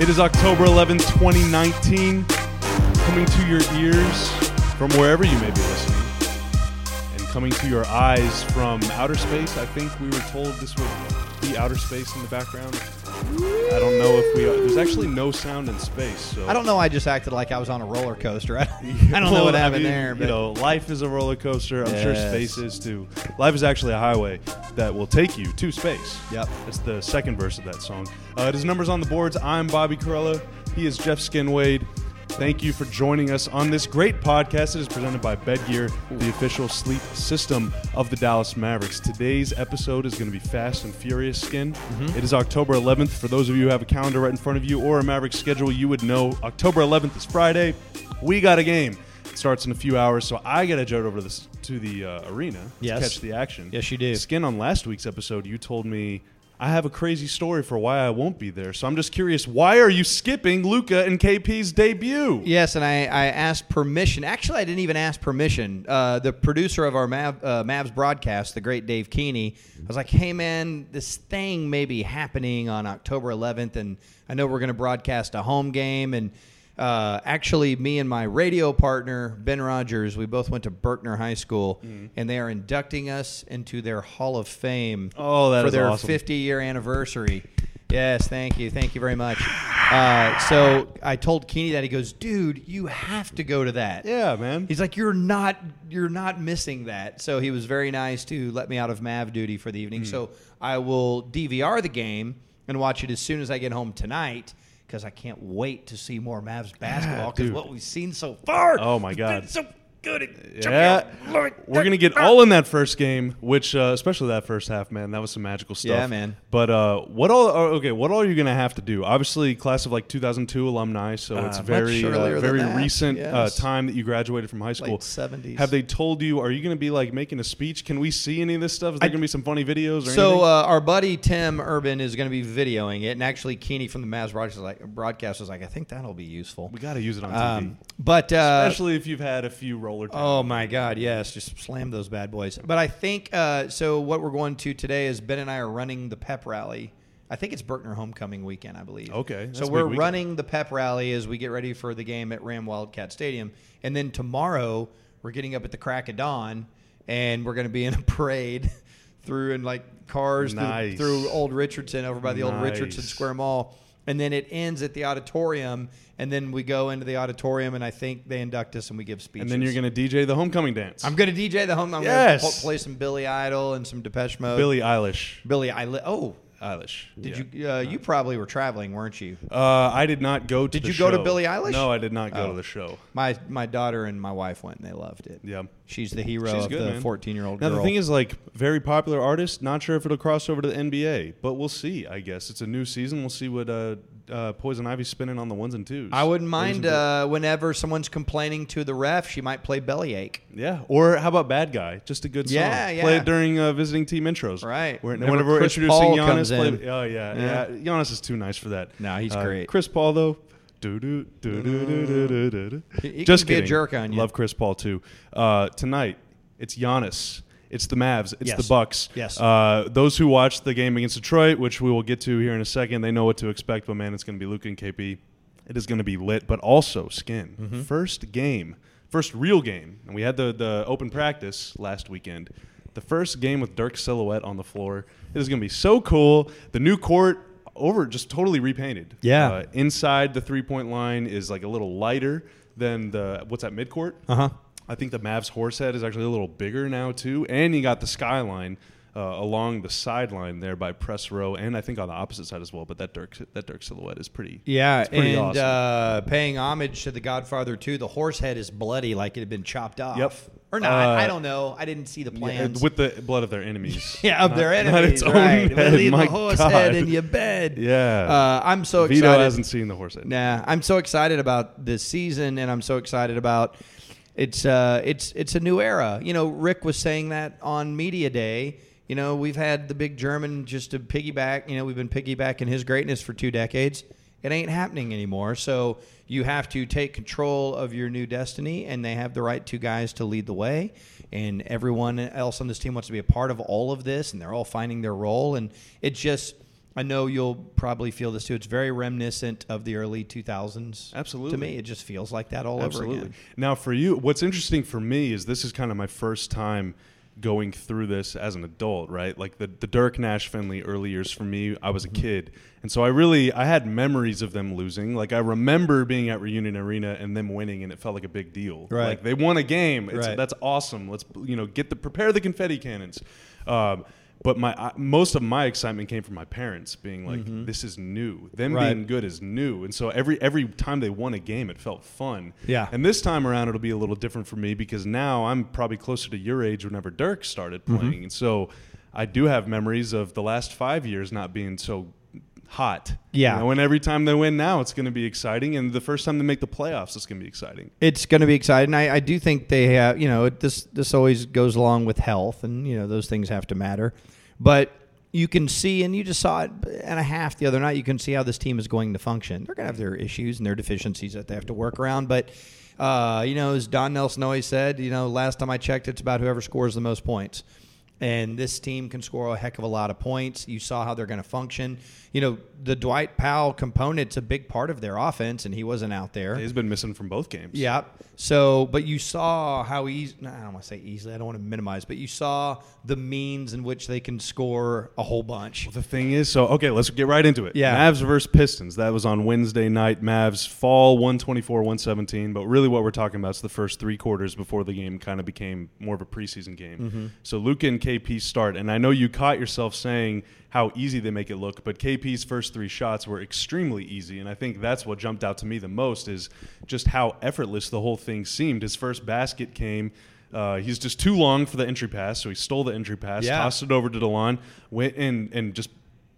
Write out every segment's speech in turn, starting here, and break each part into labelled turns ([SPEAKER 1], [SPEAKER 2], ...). [SPEAKER 1] It is October 11, 2019, coming to your ears from wherever you may be listening, and coming to your eyes from outer space. I think we were told this would be outer space in the background. I don't know if we are. There's actually no sound in space, so
[SPEAKER 2] I don't know. I just acted like I was on a roller coaster. I don't, I don't know
[SPEAKER 1] Well,
[SPEAKER 2] what
[SPEAKER 1] I
[SPEAKER 2] happened
[SPEAKER 1] mean,
[SPEAKER 2] there, but
[SPEAKER 1] You know, life is a roller coaster. I'm sure
[SPEAKER 2] Yes.
[SPEAKER 1] space is too. Life is actually a highway that will take you to space.
[SPEAKER 2] Yep.
[SPEAKER 1] That's the second verse of that song. Uh, it is Numbers on the Boards. I'm Bobby Corella. He is Jeff Skinwade. Thank you for joining us on this great podcast. It is presented by Bedgear, the official sleep system of the Dallas Mavericks. Today's episode is going to be Fast and Furious Skin.
[SPEAKER 2] Mm-hmm.
[SPEAKER 1] It is October 11th. For those of you who have a calendar right in front of you or a Mavericks schedule, you would know October 11th is Friday. We got a game. It starts in a few hours, so I got to jet over to the, to the uh, arena
[SPEAKER 2] Yes.
[SPEAKER 1] to catch the action.
[SPEAKER 2] Yes, you do.
[SPEAKER 1] Skin on last week's episode, you told me I have a crazy story for why I won't be there. So I'm just curious, why are you skipping Luca and KP's debut?
[SPEAKER 2] Yes, and I, I asked permission. Actually, I didn't even ask permission. Uh, the producer of our Mav, uh, Mavs broadcast, the great Dave Keeney, I was like, hey, man, this thing may be happening on October 11th, and I know we're going to broadcast a home game. And uh, actually, me and my radio partner, Ben Rogers, we both went to Berkner High School,
[SPEAKER 1] Mm-hmm.
[SPEAKER 2] and they are inducting us into their Hall of Fame
[SPEAKER 1] Oh, that
[SPEAKER 2] for
[SPEAKER 1] is
[SPEAKER 2] their
[SPEAKER 1] awesome.
[SPEAKER 2] 50 year anniversary. Yes, thank you. Thank you very much. Uh, so I told Keeney that he goes, dude, you have to go to that.
[SPEAKER 1] Yeah, man.
[SPEAKER 2] He's like, you're not, you're not missing that. So he was very nice to let me out of Mav duty for the
[SPEAKER 1] Hmm.
[SPEAKER 2] evening. So I will DVR the game and watch it as soon as I get home tonight because I can't wait to see more Mavs basketball because
[SPEAKER 1] dude.
[SPEAKER 2] what we've seen so far.
[SPEAKER 1] Oh, my
[SPEAKER 2] has
[SPEAKER 1] God.
[SPEAKER 2] been so good. Check it
[SPEAKER 1] yeah,
[SPEAKER 2] out. Love it.
[SPEAKER 1] we're gonna get all in that first game, which uh, especially that first half, man, that was some magical stuff.
[SPEAKER 2] Yeah, man.
[SPEAKER 1] But uh, what all? are- Okay, what all are you gonna have to do? Obviously, class of like 2002 alumni, so it's
[SPEAKER 2] much
[SPEAKER 1] very
[SPEAKER 2] earlier
[SPEAKER 1] uh,
[SPEAKER 2] than
[SPEAKER 1] very
[SPEAKER 2] that,
[SPEAKER 1] recent uh,
[SPEAKER 2] yes.
[SPEAKER 1] time that you graduated from high school.
[SPEAKER 2] Late 70s.
[SPEAKER 1] Have they told you? Are you gonna be like making a speech? Can we see any of this stuff? Is there gonna be some funny videos? Or anything?
[SPEAKER 2] So uh, our buddy Tim Urban is going to be videoing it, and actually Keeney from the Mavs broadcast was like, broadcast was like, I think that'll be useful.
[SPEAKER 1] We got to use it on TV.
[SPEAKER 2] Um, but uh,
[SPEAKER 1] Especially if you've had a few roller coasters.
[SPEAKER 2] oh my God, yes, just slam those bad boys. But I think uh, so. What we're going to today is Ben and I are running the pep rally. I think it's Berkner homecoming weekend, I believe.
[SPEAKER 1] Okay, that's a
[SPEAKER 2] so
[SPEAKER 1] big
[SPEAKER 2] we're
[SPEAKER 1] weekend.
[SPEAKER 2] running the pep rally as we get ready for the game at Ram Wildcat Stadium, and then tomorrow we're getting up at the crack of dawn, and we're going to be in a parade through and like cars through-
[SPEAKER 1] Nice.
[SPEAKER 2] through, Old Richardson over by the Old Richardson
[SPEAKER 1] Nice.
[SPEAKER 2] Square. Square Mall. And then it ends at the auditorium, and then we go into the auditorium, and I think they induct us and we give
[SPEAKER 1] and
[SPEAKER 2] speeches.
[SPEAKER 1] then you're going to DJ the homecoming dance.
[SPEAKER 2] I'm gonna DJ the home. I'm
[SPEAKER 1] Yes.
[SPEAKER 2] gonna pl- play some Billy Idol and some Depeche Mode.
[SPEAKER 1] Billy Eilish.
[SPEAKER 2] Billy Idol. Oh,
[SPEAKER 1] Eilish.
[SPEAKER 2] did you? Uh, you probably were traveling, weren't you?
[SPEAKER 1] Uh, I did not go to
[SPEAKER 2] Did
[SPEAKER 1] the
[SPEAKER 2] you go to
[SPEAKER 1] show.
[SPEAKER 2] Billie Eilish?
[SPEAKER 1] No, I did not go
[SPEAKER 2] Oh.
[SPEAKER 1] to the show.
[SPEAKER 2] My my daughter and my wife went, and they loved it.
[SPEAKER 1] Yeah.
[SPEAKER 2] she's the hero
[SPEAKER 1] She's
[SPEAKER 2] of
[SPEAKER 1] good,
[SPEAKER 2] the
[SPEAKER 1] man.
[SPEAKER 2] 14 year old
[SPEAKER 1] Now,
[SPEAKER 2] girl.
[SPEAKER 1] the thing is, like, very popular artist. Not sure if it'll cross over to the NBA, but we'll see, I guess. It's a new season. We'll see what uh, uh, Poison Ivy's spinning on the ones and twos.
[SPEAKER 2] I wouldn't
[SPEAKER 1] Ladies and
[SPEAKER 2] mind uh, whenever someone's complaining to the ref, she might play Bellyache.
[SPEAKER 1] Yeah, or how about Bad Guy? Just a good song.
[SPEAKER 2] Yeah,
[SPEAKER 1] Play
[SPEAKER 2] yeah.
[SPEAKER 1] it during uh, visiting team intros.
[SPEAKER 2] Right.
[SPEAKER 1] Where,
[SPEAKER 2] Whenever
[SPEAKER 1] whenever we're
[SPEAKER 2] Chris
[SPEAKER 1] introducing
[SPEAKER 2] Paul
[SPEAKER 1] Giannis,
[SPEAKER 2] comes
[SPEAKER 1] play-
[SPEAKER 2] in.
[SPEAKER 1] oh yeah,
[SPEAKER 2] Yeah.
[SPEAKER 1] yeah, Giannis is too nice for that. Uh,
[SPEAKER 2] No, he's great.
[SPEAKER 1] Chris Paul though. Do do do do do do do do.
[SPEAKER 2] He- he
[SPEAKER 1] Just
[SPEAKER 2] can be a
[SPEAKER 1] kidding.
[SPEAKER 2] jerk on you.
[SPEAKER 1] Love Chris Paul too. Uh, tonight, it's Giannis. It's the Mavs. It's
[SPEAKER 2] Yes.
[SPEAKER 1] the Bucks.
[SPEAKER 2] Yes.
[SPEAKER 1] Uh, those who watched the game against Detroit, which we will get to here in a second, they know what to expect. But man, it's going to be Luka and KP. It is going to be lit, but also skin.
[SPEAKER 2] Mm-hmm.
[SPEAKER 1] First game, first real game, and we had the the open practice last weekend. The first game with Dirk silhouette on the floor. It is going to be so cool. The new court over just totally repainted.
[SPEAKER 2] Yeah.
[SPEAKER 1] Uh, inside the three point line is like a little lighter than the what's that mid court.
[SPEAKER 2] Uh huh.
[SPEAKER 1] I think the Mavs horse head is actually a little bigger now too, and you got the skyline uh, along the sideline there by press row, and I think on the opposite side as well. But that Dirk that Dirk silhouette is pretty.
[SPEAKER 2] Yeah,
[SPEAKER 1] it's pretty
[SPEAKER 2] and
[SPEAKER 1] awesome.
[SPEAKER 2] uh, paying homage to The Godfather 2, the horse head is bloody like it had been chopped off.
[SPEAKER 1] Yep.
[SPEAKER 2] Or not.
[SPEAKER 1] Uh,
[SPEAKER 2] I don't know. I didn't see the
[SPEAKER 1] Yeah,
[SPEAKER 2] plans.
[SPEAKER 1] with the blood of their enemies.
[SPEAKER 2] yeah, of their
[SPEAKER 1] Not- not its
[SPEAKER 2] enemies,
[SPEAKER 1] own
[SPEAKER 2] right.
[SPEAKER 1] head,
[SPEAKER 2] Leave
[SPEAKER 1] my
[SPEAKER 2] the horse
[SPEAKER 1] God.
[SPEAKER 2] head in your bed.
[SPEAKER 1] Yeah.
[SPEAKER 2] Uh, I'm so
[SPEAKER 1] Vito
[SPEAKER 2] excited.
[SPEAKER 1] hasn't seen the horse head.
[SPEAKER 2] Nah, I'm so excited about this season, and I'm so excited about it's uh, it's it's a new era. You know, Rick was saying that on media day. You know, we've had the big German just to piggyback. You know, we've been piggybacking his greatness for two decades. It ain't happening anymore. So you have to take control of your new destiny, and they have the right two guys to lead the way. And everyone else on this team wants to be a part of all of this, and they're all finding their role. And it just I know you'll probably feel this too. It's very reminiscent of the early 2000s.
[SPEAKER 1] Absolutely.
[SPEAKER 2] To me, it just feels like that all over again.
[SPEAKER 1] Now, for you, what's interesting for me is this is kind of my first time going through this as an adult, right? Like the, the Dirk Nash Finley early years for me, I was a
[SPEAKER 2] Mm-hmm.
[SPEAKER 1] kid. And so I really, I had memories of them losing. Like I remember being at Reunion Arena and them winning and it felt like a big deal.
[SPEAKER 2] Right.
[SPEAKER 1] Like they won a game. It's,
[SPEAKER 2] Right.
[SPEAKER 1] That's awesome. Let's, you know, get the, prepare the confetti cannons. Um, but my I, most of my excitement came from my parents being like, "This is new. Them
[SPEAKER 2] Mm-hmm. Right.
[SPEAKER 1] being good is new." And so every every time they won a game, it felt fun.
[SPEAKER 2] Yeah.
[SPEAKER 1] And this time around, it'll be a little different for me because now I'm probably closer to your age whenever Dirk started
[SPEAKER 2] Mm-hmm.
[SPEAKER 1] playing. And so I do have memories of the last five years not being so hot.
[SPEAKER 2] Yeah.
[SPEAKER 1] You know, and every time they win now, it's going to be exciting. And the first time they make the playoffs, it's going to be exciting.
[SPEAKER 2] It's going to be exciting. I, I do think they have, you know, it, this this always goes along with health, and you know those things have to matter. But you can see, and you just saw it and a half the other night. You can see how this team is going to function. They're going to have their issues and their deficiencies that they have to work around. But uh, you know, as Don Nelson always said, you know, last time I checked, it's about whoever scores the most points. And this team can score a heck of a lot of points. You saw how they're going to function. You know, the Dwight Powell component's a big part of their offense, and he wasn't out there.
[SPEAKER 1] He's been missing from both games.
[SPEAKER 2] Yeah. So, but you saw how easy, no, I don't want to say easily, I don't want to minimize, but you saw the means in which they can score a whole bunch.
[SPEAKER 1] The thing is, so okay, let's get right into it.
[SPEAKER 2] Yeah.
[SPEAKER 1] Mavs versus Pistons. That was on Wednesday night. Mavs fall 124 117. But really, what we're talking about is the first three quarters before the game kind of became more of a preseason game.
[SPEAKER 2] Mm-hmm.
[SPEAKER 1] So Luca and KP start. And I know you caught yourself saying how easy they make it look, but KP's first three shots were extremely easy. And I think that's what jumped out to me the most is just how effortless the whole thing seemed. His first basket came. Uh, he's just too long for the entry pass, so he stole the entry pass,
[SPEAKER 2] Yeah.
[SPEAKER 1] tossed it over to DeLon, went and and just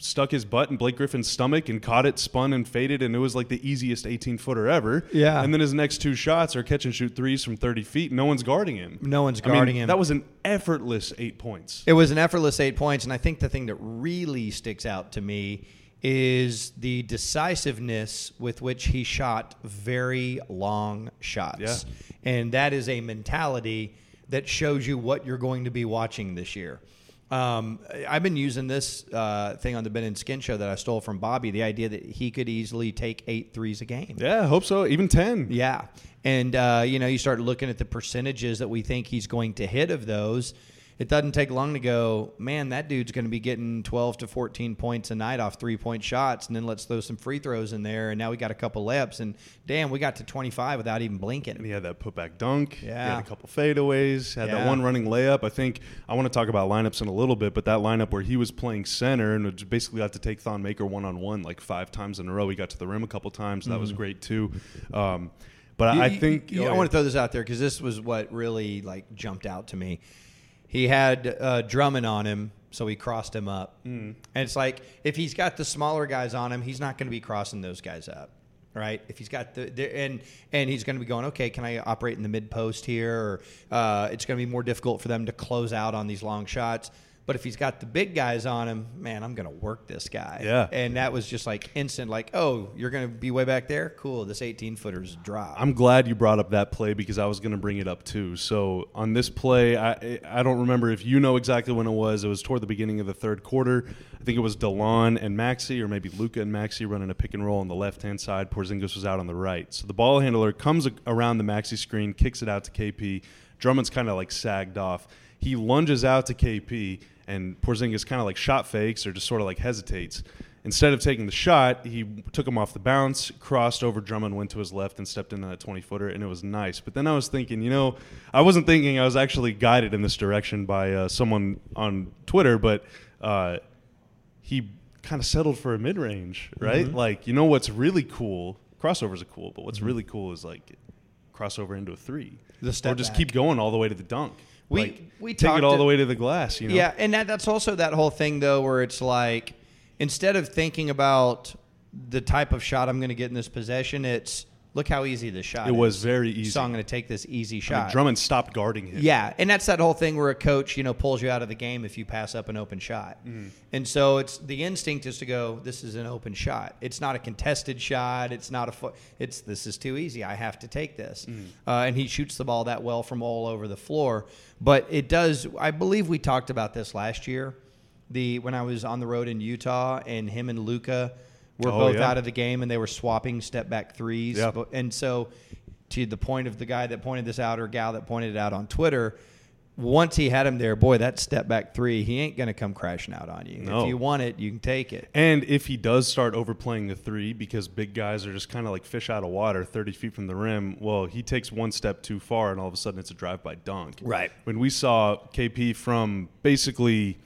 [SPEAKER 1] stuck his butt in Blake Griffin's stomach and caught it, spun and faded, and it was like the easiest 18 footer ever.
[SPEAKER 2] Yeah.
[SPEAKER 1] And then his next two shots are catch and shoot threes from 30 feet. No one's guarding him.
[SPEAKER 2] No one's
[SPEAKER 1] I mean,
[SPEAKER 2] guarding him.
[SPEAKER 1] That was an effortless eight points.
[SPEAKER 2] It was an effortless eight points. And I think the thing that really sticks out to me is the decisiveness with which he shot very long shots.
[SPEAKER 1] Yeah.
[SPEAKER 2] And that is a mentality that shows you what you're going to be watching this year. Um, I- I've been using this uh, thing on the Ben and Skin show that I stole from Bobby the idea that he could easily take eight threes a game.
[SPEAKER 1] Yeah, I hope so. Even 10.
[SPEAKER 2] Yeah. And, uh, you know, you start looking at the percentages that we think he's going to hit of those. It doesn't take long to go, man, that dude's going to be getting 12 to 14 points a night off three point shots. And then let's throw some free throws in there. And now we got a couple layups. And damn, we got to 25 without even
[SPEAKER 1] And
[SPEAKER 2] blinking.
[SPEAKER 1] he had that putback dunk. He
[SPEAKER 2] Yeah.
[SPEAKER 1] had a couple fadeaways. Had
[SPEAKER 2] Yeah.
[SPEAKER 1] that one running layup. I think I want to talk about lineups in a little bit, but that lineup where he was playing center and would basically have to take Thon Maker one on one like five times in a row. He got to the rim a couple times. That was great too. Um, but I I think
[SPEAKER 2] Mm.
[SPEAKER 1] oh,
[SPEAKER 2] You- you- I want to throw this out there because this was what really like jumped out to me. He had uh, Drummond on him, so he crossed him up,
[SPEAKER 1] Hmm.
[SPEAKER 2] mm. and it's like if he's got the smaller guys on him, he's not going to be crossing those guys up, right? If he's got the, the and and he's going to be going, okay, can I operate in the mid post here? Or uh, it's going to be more difficult for them to close out on these long shots. But if he's got the big guys on him, man, I'm going to work this guy.
[SPEAKER 1] Yeah.
[SPEAKER 2] And that was just like instant, like, oh, you're going to be way back there? Cool. This 18 footer's drop.
[SPEAKER 1] I'm glad you brought up that play because I was going to bring it up too. So on this play, I I don't remember if you know exactly when it was. It was toward the beginning of the third quarter. I think it was Delon and Maxi, or maybe Luca and Maxi, running a pick and roll on the left hand side. Porzingis was out on the right. So the ball handler comes a- around the Maxi screen, kicks it out to KP. Drummond's kind of like sagged off. He lunges out to KP, and Porzingis kind of like shot fakes or just sort of like hesitates. Instead of taking the shot, he took him off the bounce, crossed over Drummond, went to his left, and stepped into that 20 footer, and it was nice. But then I was thinking, you know, I wasn't thinking, I was actually guided in this direction by uh, someone on Twitter, but uh, he kind of settled for a mid range, right?
[SPEAKER 2] Mm-hmm.
[SPEAKER 1] Like, you know what's really cool? Crossovers are cool, but what's really cool is like crossover into a three.
[SPEAKER 2] The step
[SPEAKER 1] or just
[SPEAKER 2] back.
[SPEAKER 1] keep going all the way to the dunk.
[SPEAKER 2] We-
[SPEAKER 1] Like,
[SPEAKER 2] we
[SPEAKER 1] take
[SPEAKER 2] talked
[SPEAKER 1] it all
[SPEAKER 2] to-
[SPEAKER 1] the way to the glass, you know?
[SPEAKER 2] Yeah, and that, that's also that whole thing though, where it's like instead of thinking about the type of shot I'm going to get in this possession, it's look how easy this shot.
[SPEAKER 1] It was
[SPEAKER 2] is.
[SPEAKER 1] very easy.
[SPEAKER 2] So I'm going to take this easy
[SPEAKER 1] I
[SPEAKER 2] shot.
[SPEAKER 1] mean, Drummond stopped guarding him.
[SPEAKER 2] Yeah, and that's that whole thing where a coach, you know, pulls you out of the game if you pass up an open shot.
[SPEAKER 1] Mm-hmm.
[SPEAKER 2] And so it's the instinct is to go, this is an open shot. It's not a contested shot. It's not a fo- it's this is too easy. I have to take this.
[SPEAKER 1] Mm-hmm.
[SPEAKER 2] Uh, and he shoots the ball that well from all over the floor, but it does I believe we talked about this last year the when I was on the road in Utah and him and Luca were
[SPEAKER 1] Oh,
[SPEAKER 2] both
[SPEAKER 1] yeah.
[SPEAKER 2] out of the game and they were swapping step back threes.
[SPEAKER 1] Yeah.
[SPEAKER 2] But- And so to the point of the guy that pointed this out or gal that pointed it out on Twitter, once he had him there, boy, that step back three, he ain't gonna come crashing out on you.
[SPEAKER 1] No.
[SPEAKER 2] If you want it, you can take it.
[SPEAKER 1] And if he does start overplaying the three because big guys are just kind of like fish out of water, 30 feet from the rim, well, he takes one step too far and all of a sudden it's a drive by dunk.
[SPEAKER 2] Right.
[SPEAKER 1] When we saw KP from basically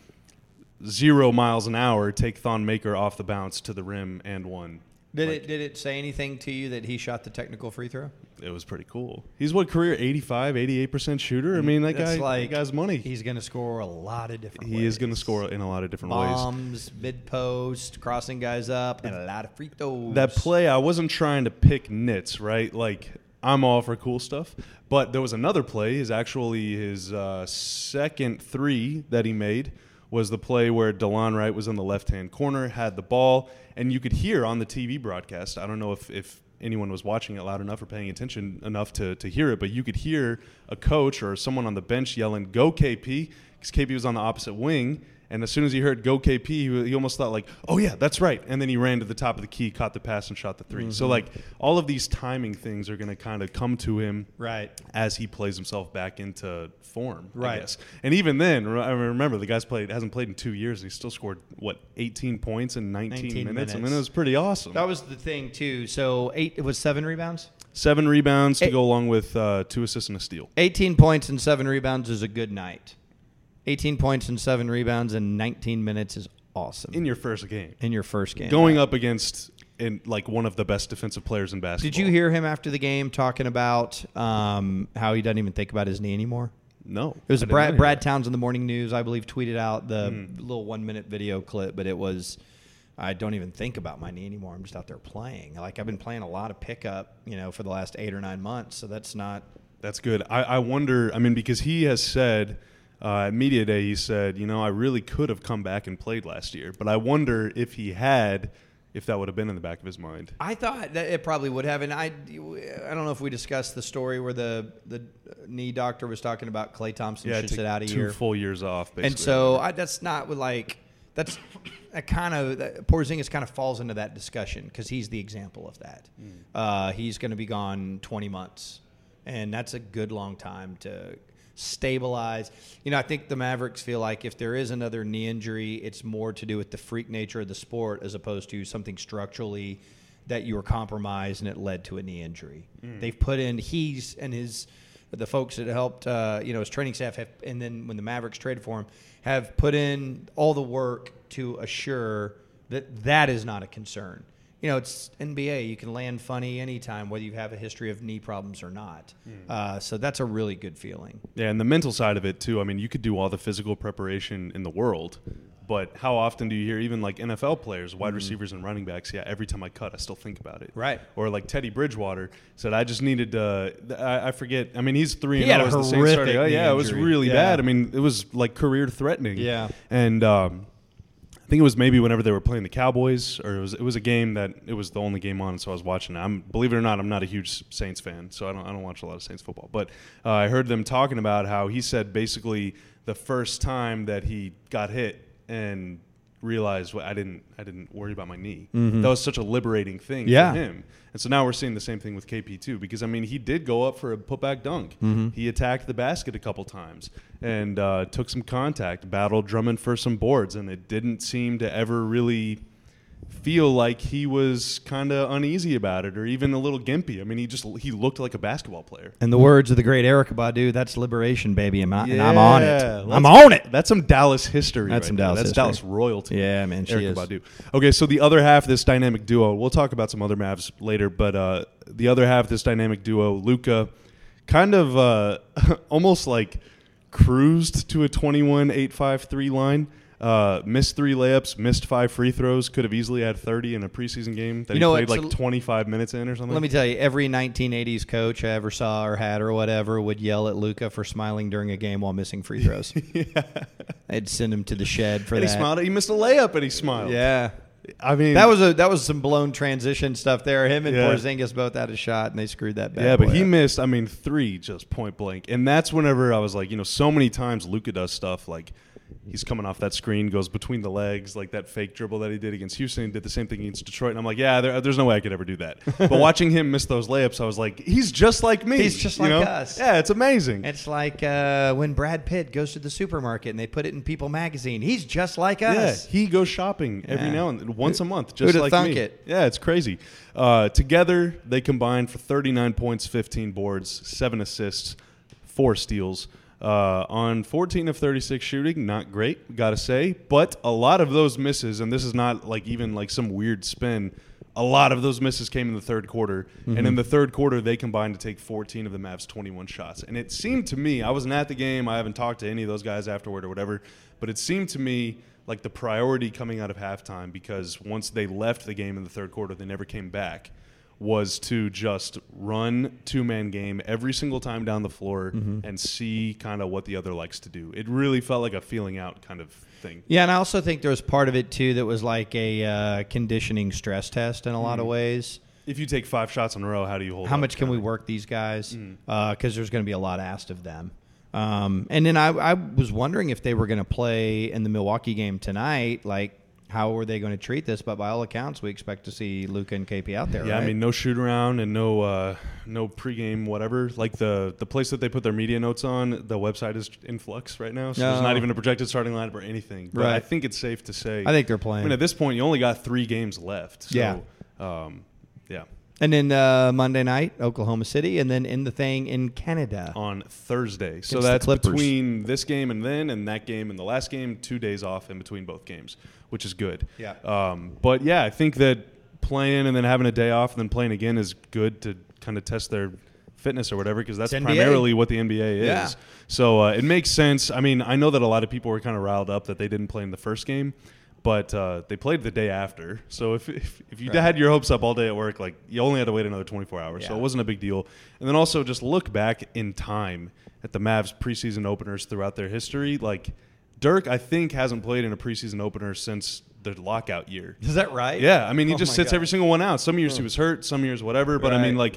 [SPEAKER 1] zero miles an hour take Thon Maker off the bounce to the rim and one,
[SPEAKER 2] Did it did it say anything to you that he shot the technical free throw?
[SPEAKER 1] it was pretty cool. He's what career 85, 88% shooter? I mean, that
[SPEAKER 2] That's
[SPEAKER 1] guy
[SPEAKER 2] like-
[SPEAKER 1] that guy's money.
[SPEAKER 2] He's gonna score a lot of different
[SPEAKER 1] he is going to
[SPEAKER 2] ways.
[SPEAKER 1] score in a lot of different ways.
[SPEAKER 2] bombs, mid post, crossing guys up, and a lot of free throws.
[SPEAKER 1] that play i wasn't trying to pick nits right like i'm all for cool stuff but there was another play is actually his uh, second three that he made was the play where delon wright was in the left hand corner had the ball and you could hear on the tv broadcast i don't know if, if anyone was watching it loud enough or paying attention enough to, to hear it but you could hear a coach or someone on the bench yelling go kp because kp was on the opposite wing and as soon as he heard go KP, he, he almost thought like, oh yeah, that's right. And then he ran to the top of the key, caught the pass, and shot the 3
[SPEAKER 2] Mm-hmm.
[SPEAKER 1] So like all of these timing things are going to kind of come to him
[SPEAKER 2] right.
[SPEAKER 1] as he plays himself back into form. I
[SPEAKER 2] Right.
[SPEAKER 1] guess. And even then, re- I remember the guy's played hasn't played in two years, and he still scored what 18 points in 19,
[SPEAKER 2] 19
[SPEAKER 1] minutes. I mean,
[SPEAKER 2] minutes.
[SPEAKER 1] it was pretty awesome.
[SPEAKER 2] That was the thing too. So eight it was seven rebounds.
[SPEAKER 1] Seven rebounds to
[SPEAKER 2] It-
[SPEAKER 1] go along with uh, two assists and a steal.
[SPEAKER 2] Eighteen points and seven rebounds is a good night. Eighteen points and seven rebounds in nineteen minutes is awesome.
[SPEAKER 1] in your first game,
[SPEAKER 2] in your first game.
[SPEAKER 1] going up against in like one of the best defensive players in basketball.
[SPEAKER 2] Did you hear him after the game talking about um, how he doesn't even think about his knee anymore?
[SPEAKER 1] No,
[SPEAKER 2] It was
[SPEAKER 1] I Hmm. did not
[SPEAKER 2] Brad,
[SPEAKER 1] hear
[SPEAKER 2] Brad Towns in the morning news, I believe, tweeted out the little one minute video clip, but it was, I don't even think about my knee anymore. I'm just out there playing. Like I've been playing a lot of pickup, you know, for the last eight or nine months. So that's not.
[SPEAKER 1] That's good. I, I wonder, I mean, because he has said uh, at Media Day, he said, you know, I really could have come back and played last year, but I wonder if he had, if that would have been in the back of his mind.
[SPEAKER 2] I thought that it probably would have, and I, I don't know if we discussed the story where the the knee doctor was talking about Clay Thompson
[SPEAKER 1] it
[SPEAKER 2] should
[SPEAKER 1] took
[SPEAKER 2] sit out a
[SPEAKER 1] two
[SPEAKER 2] year.
[SPEAKER 1] full years off, basically.
[SPEAKER 2] And so I, that's not what, like that's a kind of that- Porzingis kind of falls into that discussion because he's the example of that. Uh, he's going to be gone 20 months, and that's a good long time to stabilize. You know, I think the Mavericks feel like if there is another knee injury, it's more to do with the freak nature of the sport as opposed to something structurally that you were compromised and it led to a knee injury. They've put in he's and his the folks that helped uh, you know his training staff have and then when the Mavericks traded for him have put in all the work to assure that that is not a concern. You know, it's NBA. You can land funny anytime, whether you have a history of knee problems or not. Uh, so that's a really good feeling.
[SPEAKER 1] yeah, and the mental side of it, too. I mean, you could do all the physical preparation in the world, but how often do you hear even like NFL players, wide receivers, and running backs? Yeah, every time I cut, I still think about it.
[SPEAKER 2] Mm-hmm. Right.
[SPEAKER 1] Or like Teddy Bridgewater said, I just needed to, I, I forget. I mean, he's three
[SPEAKER 2] He
[SPEAKER 1] and
[SPEAKER 2] had
[SPEAKER 1] oh
[SPEAKER 2] a
[SPEAKER 1] as the Saints started.
[SPEAKER 2] horrific
[SPEAKER 1] Oh,
[SPEAKER 2] knee
[SPEAKER 1] yeah, it was
[SPEAKER 2] injury.
[SPEAKER 1] really
[SPEAKER 2] Yeah.
[SPEAKER 1] bad. I mean, it was like career threatening.
[SPEAKER 2] Yeah.
[SPEAKER 1] And um, I think it was maybe whenever they were playing the Cowboys, or it was it was a game that it was the only game on, so I was watching. it. I'm believe it or not, I'm not a huge Saints fan, so I don't I don't watch a lot of Saints football. But uh, I heard them talking about how he said basically the first time that he got hit and realized well, I didn't I didn't worry about my knee. That was such a liberating thing
[SPEAKER 2] Mm-hmm. Yeah.
[SPEAKER 1] for him. And so now we're seeing the same thing with KP too, because I mean he did go up for a putback dunk.
[SPEAKER 2] Mm-hmm.
[SPEAKER 1] He attacked the basket a couple times and uh, took some contact, battled Drummond for some boards, and it didn't seem to ever really feel like he was kind of uneasy about it or even a little gimpy. I mean, he just he looked like a basketball player.
[SPEAKER 2] In the words of the great Eric Badu, that's liberation, baby. And, I, am on
[SPEAKER 1] Yeah,
[SPEAKER 2] it. I'm
[SPEAKER 1] let's-
[SPEAKER 2] on it.
[SPEAKER 1] That's some Dallas history.
[SPEAKER 2] That's
[SPEAKER 1] right
[SPEAKER 2] some
[SPEAKER 1] there.
[SPEAKER 2] Dallas
[SPEAKER 1] That's
[SPEAKER 2] history.
[SPEAKER 1] Dallas royalty.
[SPEAKER 2] Yeah, man, she
[SPEAKER 1] Erykah
[SPEAKER 2] is.
[SPEAKER 1] Badu. Okay, so the other half of this dynamic duo, we'll talk about some other Mavs later, but uh, the other half of this dynamic duo, Luca, kind of uh, almost like cruised to a 21 8 5 3 line. Uh, missed three layups, missed five free throws, could have easily had 30 in a preseason game that
[SPEAKER 2] You know
[SPEAKER 1] he
[SPEAKER 2] what,
[SPEAKER 1] played like
[SPEAKER 2] so-
[SPEAKER 1] 25 minutes in or something.
[SPEAKER 2] Let me tell you, every 1980s coach I ever saw or had or whatever would yell at Luca for smiling during a game while missing free throws. I'd send him to the shed for
[SPEAKER 1] and he
[SPEAKER 2] that.
[SPEAKER 1] smiled. He missed a layup and he smiled.
[SPEAKER 2] Yeah,
[SPEAKER 1] I mean,
[SPEAKER 2] that was a that was some blown transition stuff there. Him and
[SPEAKER 1] Yeah.
[SPEAKER 2] Porzingis both had a shot and they screwed that back.
[SPEAKER 1] Yeah, but he missed. I mean, three just point blank, and that's whenever I was like, you know, so many times Luca does stuff like he's coming off that screen, goes between the legs, like that fake dribble that he did against Houston, did the same thing against Detroit. And I'm like, yeah, there, uh, there's no way I could ever do that. but watching him miss those layups, I was like, he's just like me.
[SPEAKER 2] He's just
[SPEAKER 1] you
[SPEAKER 2] like
[SPEAKER 1] know?
[SPEAKER 2] us.
[SPEAKER 1] Yeah, it's amazing.
[SPEAKER 2] It's like uh, when Brad Pitt goes to the supermarket and they put it in People magazine. He's just like
[SPEAKER 1] yeah,
[SPEAKER 2] us.
[SPEAKER 1] he goes shopping every
[SPEAKER 2] Yeah.
[SPEAKER 1] now and then, once a month,
[SPEAKER 2] who'da
[SPEAKER 1] just like
[SPEAKER 2] thunk
[SPEAKER 1] me.
[SPEAKER 2] it?
[SPEAKER 1] Yeah, it's crazy. Uh, together, they combined for 39 points, 15 boards, seven assists, four steals. Uh, on 14 of 36 shooting, not great, gotta say. But a lot of those misses, and this is not like even like some weird spin. A lot of those misses came in the third quarter, and in the third quarter, they combined to take 14 of the Mavs' 21 shots. And it seemed to me, I wasn't at the game, I haven't talked to any of those guys afterward or whatever, but it seemed to me like the priority coming out of halftime because once they left the game in the third quarter, they never came back. Was to just run two man game every single time down the floor and see kind of what the other likes to do. It really felt like a feeling out kind of thing.
[SPEAKER 2] Yeah, and I also think there was part of it too that was like a uh, conditioning stress test in a
[SPEAKER 1] Hmm.
[SPEAKER 2] lot of ways.
[SPEAKER 1] If you take five shots in a row, how do you hold?
[SPEAKER 2] How
[SPEAKER 1] up?
[SPEAKER 2] much can we work these guys? Because
[SPEAKER 1] Mm.
[SPEAKER 2] there's going to be a lot asked of them. Um, and then I, I was wondering if they were going to play in the Milwaukee game tonight. Like, how were they going to treat this? But by all accounts, we expect to see Luca and KP out there.
[SPEAKER 1] Yeah, I
[SPEAKER 2] right?
[SPEAKER 1] mean, no shoot around and no uh, no pregame whatever. Like the the place that they put their media notes on, the website is in flux right now, so there's not
[SPEAKER 2] No.
[SPEAKER 1] even a projected starting lineup or anything. But I
[SPEAKER 2] Right.
[SPEAKER 1] think it's safe to say.
[SPEAKER 2] I think they're
[SPEAKER 1] I
[SPEAKER 2] playing.
[SPEAKER 1] mean, at this point, you only got three games left. So,
[SPEAKER 2] Yeah.
[SPEAKER 1] Um, yeah.
[SPEAKER 2] and then uh, Monday night, Oklahoma City, and then in the thing in Canada.
[SPEAKER 1] On Thursday, so
[SPEAKER 2] the
[SPEAKER 1] that's
[SPEAKER 2] Clippers.
[SPEAKER 1] between this game and then, and that game and the last game. Two days off in between both games, which is good.
[SPEAKER 2] Yeah.
[SPEAKER 1] Um, but yeah, I think that playing and then having a day off and then playing again is good to kind of test their fitness or whatever because that's
[SPEAKER 2] It's NBA.
[SPEAKER 1] primarily what the NBA is.
[SPEAKER 2] Yeah.
[SPEAKER 1] So uh, it makes sense. I mean, I know that a lot of people were kind of riled up that they didn't play in the first game, but uh, they played the day after. So if if, if you
[SPEAKER 2] Right.
[SPEAKER 1] had your hopes up all day at work, like you only had to wait another 24 hours. So
[SPEAKER 2] Yeah.
[SPEAKER 1] it wasn't a big deal. And then also just look back in time at the Mavs preseason openers throughout their history. Like Dirk, I think hasn't played in a preseason opener since the lockout year.
[SPEAKER 2] Is that right?
[SPEAKER 1] Yeah, I mean, he
[SPEAKER 2] Oh
[SPEAKER 1] just
[SPEAKER 2] my
[SPEAKER 1] sits
[SPEAKER 2] God. Hmm.
[SPEAKER 1] every single one out. Some years he was hurt, some years whatever. But I mean,
[SPEAKER 2] Right.
[SPEAKER 1] like,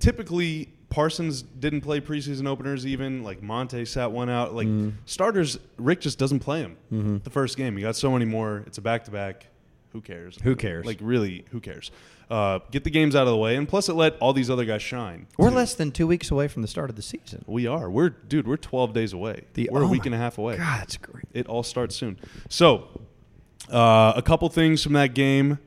[SPEAKER 1] typically Parsons didn't play preseason openers. Even like Monte sat one out. Like
[SPEAKER 2] Mm-hmm.
[SPEAKER 1] starters, Rick just doesn't play him the first game. He got so many more. It's a back to back. Who cares?
[SPEAKER 2] Who cares?
[SPEAKER 1] Like really, who cares? Uh, get the games out of the way, and plus it let all these other guys shine.
[SPEAKER 2] We're
[SPEAKER 1] too.
[SPEAKER 2] less than two weeks away from the start of the season.
[SPEAKER 1] We are. We're dude. We're twelve days away.
[SPEAKER 2] The-
[SPEAKER 1] we're
[SPEAKER 2] oh
[SPEAKER 1] a week
[SPEAKER 2] my
[SPEAKER 1] and a half away.
[SPEAKER 2] God, that's great.
[SPEAKER 1] It all starts soon. So, uh, a couple things from that game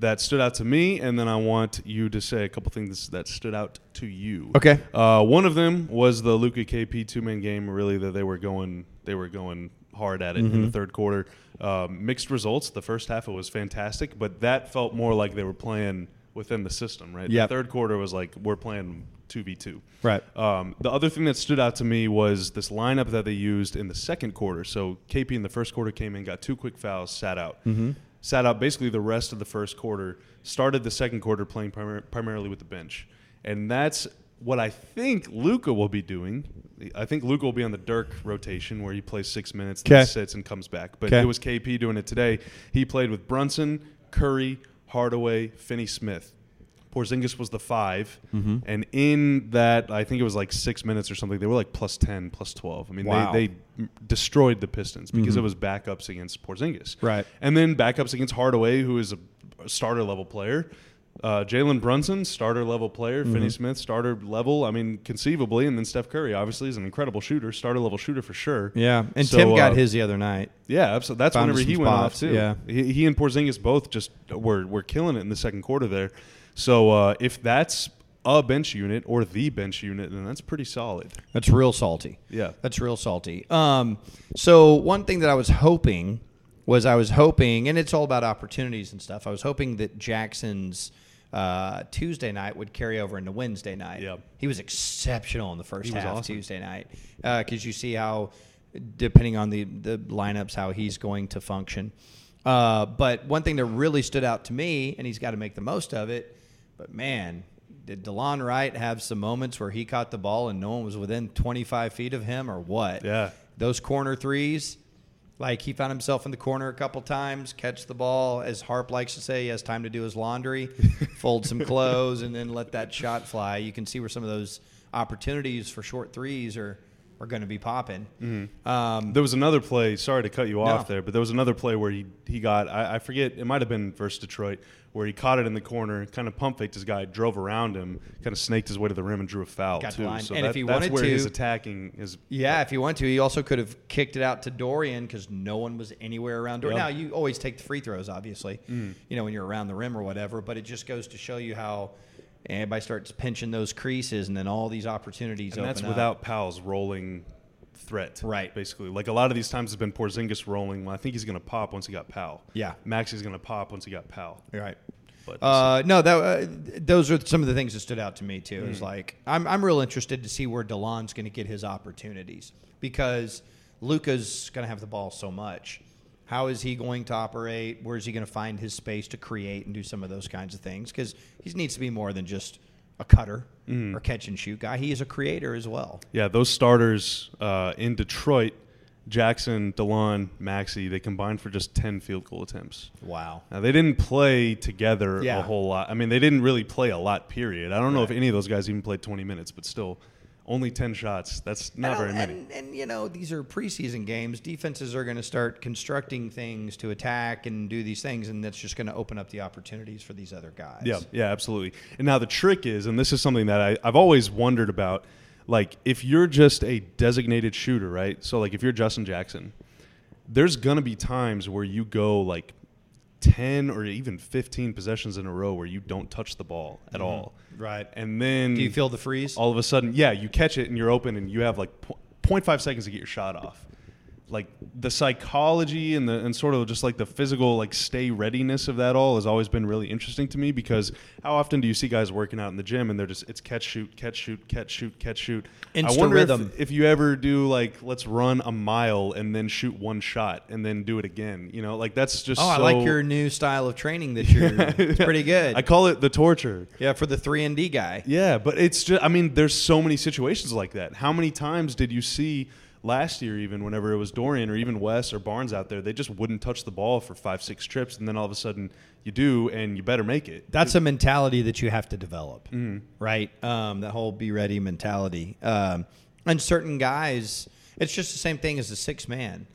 [SPEAKER 1] that stood out to me, and then I want you to say a couple things that stood out to you.
[SPEAKER 2] Okay.
[SPEAKER 1] Uh, one of them was the Luca KP two man game. Really, that they were going they were going hard at it in
[SPEAKER 2] Mm-hmm.
[SPEAKER 1] the third quarter. Um, mixed results. The first half it was fantastic, but that felt more like they were playing within the system, right?
[SPEAKER 2] Yep.
[SPEAKER 1] The third quarter was like we're playing two v two.
[SPEAKER 2] Right.
[SPEAKER 1] Um, the other thing that stood out to me was this lineup that they used in the second quarter. So KP in the first quarter came in, got two quick fouls, sat out.
[SPEAKER 2] Hmm. Mm-hmm.
[SPEAKER 1] Sat out basically the rest of the first quarter, started the second quarter playing primar- primarily with the bench. And that's what I think Luca will be doing. I think Luca will be on the Dirk rotation where he plays six minutes, then
[SPEAKER 2] Okay.
[SPEAKER 1] sits, and comes back. But
[SPEAKER 2] Okay.
[SPEAKER 1] it was KP doing it today. He played with Brunson, Curry, Hardaway, Finney Smith. Porzingis was the 5
[SPEAKER 2] Hmm. Mm-hmm.
[SPEAKER 1] and in that I think it was like six minutes or something. They were like plus ten, plus twelve. I mean,
[SPEAKER 2] Wow. Mm-hmm.
[SPEAKER 1] they, they m- destroyed the Pistons because it was backups against Porzingis,
[SPEAKER 2] Right.
[SPEAKER 1] And then backups against Hardaway, who is a starter level player. Uh, Jalen Brunson, starter level player.
[SPEAKER 2] Mm-hmm.
[SPEAKER 1] Finney Smith, starter level. I mean, conceivably, and then Steph Curry, obviously, is an incredible shooter, starter level shooter for sure.
[SPEAKER 2] Yeah, and
[SPEAKER 1] So,
[SPEAKER 2] Tim got
[SPEAKER 1] uh,
[SPEAKER 2] his the other night.
[SPEAKER 1] yeah, absolutely. That's
[SPEAKER 2] Found
[SPEAKER 1] whenever
[SPEAKER 2] us
[SPEAKER 1] he
[SPEAKER 2] some
[SPEAKER 1] went
[SPEAKER 2] spots,
[SPEAKER 1] off too.
[SPEAKER 2] yeah.
[SPEAKER 1] he, he and Porzingis both just were were killing it in the second quarter there. So uh, if that's a bench unit or the bench unit, then that's pretty solid.
[SPEAKER 2] That's real salty.
[SPEAKER 1] Yeah.
[SPEAKER 2] That's real salty. Um, so one thing that I was hoping was I was hoping, and it's all about opportunities and stuff. I was hoping that Jackson's uh, Tuesday night would carry over into Wednesday night.
[SPEAKER 1] Yep.
[SPEAKER 2] He was exceptional in the first
[SPEAKER 1] He was
[SPEAKER 2] half
[SPEAKER 1] awesome.
[SPEAKER 2] Tuesday night because you see how, depending on the the lineups, how he's going to function. Uh, but one thing that really stood out to me, and he's got to make the most of it. But man, did DeLon Wright have some moments where he caught the ball and no one was within 25 feet of him, or what?
[SPEAKER 1] Yeah.
[SPEAKER 2] those corner threes. Like he found himself in the corner a couple times, catch the ball. As Harp likes to say, he has time to do his laundry, fold some clothes, and then let that shot fly. You can see where some of those opportunities for short threes are are going to be popping.
[SPEAKER 1] Mm-hmm.
[SPEAKER 2] Um,
[SPEAKER 1] There was another play. Sorry to cut you off
[SPEAKER 2] No.
[SPEAKER 1] there, but there was another play where he he got I, I forget it might have been versus Detroit where he caught it in the corner, kind of pump faked his guy, drove around him, kind of snaked his way to the rim and drew a foul
[SPEAKER 2] Got to
[SPEAKER 1] too.
[SPEAKER 2] the line.
[SPEAKER 1] So
[SPEAKER 2] And
[SPEAKER 1] that-
[SPEAKER 2] if he
[SPEAKER 1] that's
[SPEAKER 2] wanted
[SPEAKER 1] where his
[SPEAKER 2] to-
[SPEAKER 1] attacking is.
[SPEAKER 2] yeah, if you want to, he also could have kicked it out to Dorian because no one was anywhere around Dorian.
[SPEAKER 1] Yeah.
[SPEAKER 2] Now you always take the free throws, obviously,
[SPEAKER 1] Mm.
[SPEAKER 2] you know when you're around the rim or whatever. But it just goes to show you how everybody starts pinching those creases, and then all these opportunities.
[SPEAKER 1] And
[SPEAKER 2] open
[SPEAKER 1] that's
[SPEAKER 2] up.
[SPEAKER 1] without Powell's rolling threat.
[SPEAKER 2] Right.
[SPEAKER 1] Basically. Like a lot of these times has been Porzingis rolling. Well, I think he's going to pop once he got Powell.
[SPEAKER 2] Yeah.
[SPEAKER 1] Maxi's going to pop once he got Powell.
[SPEAKER 2] You're right.
[SPEAKER 1] But
[SPEAKER 2] Uh, no, that uh, those are some of the things that stood out to me too. Is like I'm I'm real interested to see where Delon's going to get his opportunities because Luca's going to have the ball so much. How is he going to operate? Where is he going to find his space to create and do some of those kinds of things? Because he needs to be more than just a cutter or catch and shoot guy. He is a creator as well.
[SPEAKER 1] Yeah, those starters uh, in Detroit, Jackson, DeLon, Maxey, they combined for just 10 field goal attempts.
[SPEAKER 2] Wow.
[SPEAKER 1] Now, they didn't play together a
[SPEAKER 2] Yeah.
[SPEAKER 1] whole lot. I mean, they didn't really play a lot, period. I don't know if
[SPEAKER 2] Right.
[SPEAKER 1] any of those guys even played 20 minutes, but still, only 10 shots. That's not
[SPEAKER 2] And
[SPEAKER 1] very
[SPEAKER 2] I'll-
[SPEAKER 1] many.
[SPEAKER 2] And, and you know, these are preseason games. Defenses are going to start constructing things to attack and do these things, and that's just going to open up the opportunities for these other guys.
[SPEAKER 1] Yeah, yeah, absolutely. And now the trick is, and this is something that I, I've always wondered about, like if you're just a designated shooter, right? So like if you're Justin Jackson, there's gonna be times where you go like ten or even fifteen possessions in a row where you don't touch the ball at all.
[SPEAKER 2] Right.
[SPEAKER 1] And then
[SPEAKER 2] Mm-hmm. Do you feel the freeze?
[SPEAKER 1] all of a sudden, yeah, you catch it and you're open and you have like po- 0.5 seconds to get your shot off. Like the psychology and the and sort of just like the physical like stay readiness of that all has always been really interesting to me because how often do you see guys working out in the gym and they're just it's catch shoot catch shoot catch shoot catch shoot. I
[SPEAKER 2] Insta
[SPEAKER 1] wonder if-
[SPEAKER 2] rhythm.
[SPEAKER 1] if you ever do like let's run a mile and then shoot one shot and then do it again. You know, like that's just
[SPEAKER 2] oh, I
[SPEAKER 1] so-
[SPEAKER 2] like your new style of training that you're. It's pretty good.
[SPEAKER 1] I call it the torture.
[SPEAKER 2] yeah, for the three and D guy.
[SPEAKER 1] Yeah, but it's just, I mean, there's so many situations like that. How many times did you see last year, even whenever it was Dorian or even Wes or Barnes out there, they just wouldn't touch the ball for five, six trips, and then all of a sudden you do, and you better make it.
[SPEAKER 2] That's a mentality that you have to develop, right? Um, that whole be ready mentality. Um, and certain guys, it's just the same thing as the six man.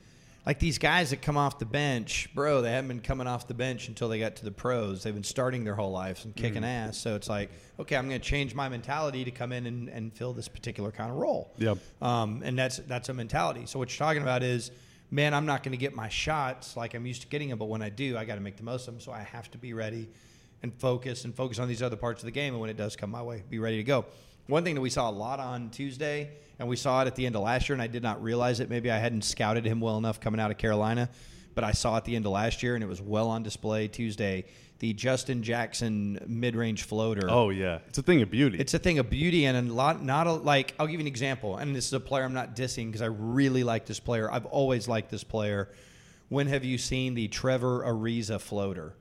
[SPEAKER 2] Like these guys that come off the bench, bro, they haven't been coming off the bench until they got to the pros. They've been starting their whole lives and kicking ass. So it's like, okay, I'm going to change my mentality to come in and, and fill this particular kind of role.
[SPEAKER 1] Yep.
[SPEAKER 2] Um, and that's that's a mentality. So what you're talking about is, man, I'm not going to get my shots like I'm used to getting them, but when I do, I got to make the most of them. So I have to be ready and focus and focus on these other parts of the game. And when it does come my way, be ready to go. One thing that we saw a lot on Tuesday, and we saw it at the end of last year, and I did not realize it. Maybe I hadn't scouted him well enough coming out of Carolina, but I saw at the end of last year, and it was well on display Tuesday. The Justin Jackson mid-range floater.
[SPEAKER 1] Oh, yeah. It's a thing of beauty.
[SPEAKER 2] It's a thing of beauty and a lot, not a, like, I'll give you an example. And this is a player I'm not dissing because I really like this player. I've always liked this player. When have you seen the Trevor Ariza floater?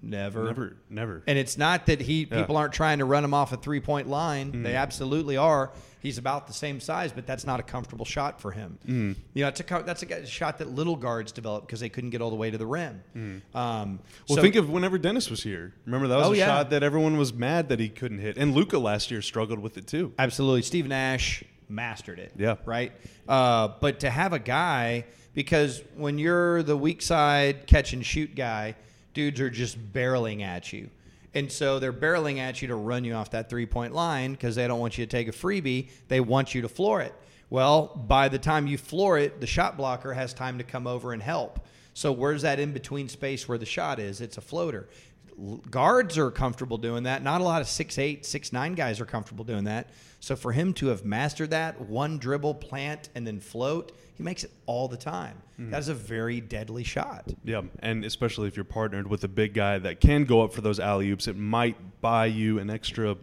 [SPEAKER 2] Never.
[SPEAKER 1] never, never.
[SPEAKER 2] And it's not that he people aren't trying to run him off a three point line. They
[SPEAKER 1] Mm.
[SPEAKER 2] absolutely are. He's about the same size, but that's not a comfortable shot for him.
[SPEAKER 1] Mm.
[SPEAKER 2] You know, it's a co- that's a g- shot that little guards developed because they couldn't get all the way to the rim. Um,
[SPEAKER 1] Mm. well,
[SPEAKER 2] so-
[SPEAKER 1] think of whenever Dennis was here. Remember, that was
[SPEAKER 2] Oh,
[SPEAKER 1] a
[SPEAKER 2] yeah.
[SPEAKER 1] shot that everyone was mad that he couldn't hit. And Luca last year struggled with it, too.
[SPEAKER 2] Absolutely. Steve Nash mastered it.
[SPEAKER 1] Yeah.
[SPEAKER 2] Right? Uh, but to have a guy, because when you're the weak side catch and shoot guy, dudes are just barreling at you. And so they're barreling at you to run you off that three point line because they don't want you to take a freebie. They want you to floor it. Well, by the time you floor it, the shot blocker has time to come over and help. So where's that in between space where the shot is? It's a floater. L- Guards are comfortable doing that. Not a lot of six eight, six nine guys are comfortable doing that. So for him to have mastered that one dribble, plant, and then float, he makes it all the time.
[SPEAKER 1] Hmm.
[SPEAKER 2] That is a very deadly shot.
[SPEAKER 1] Yeah, and especially if you're partnered with a big guy that can go up for those alley oops, it might buy you an extra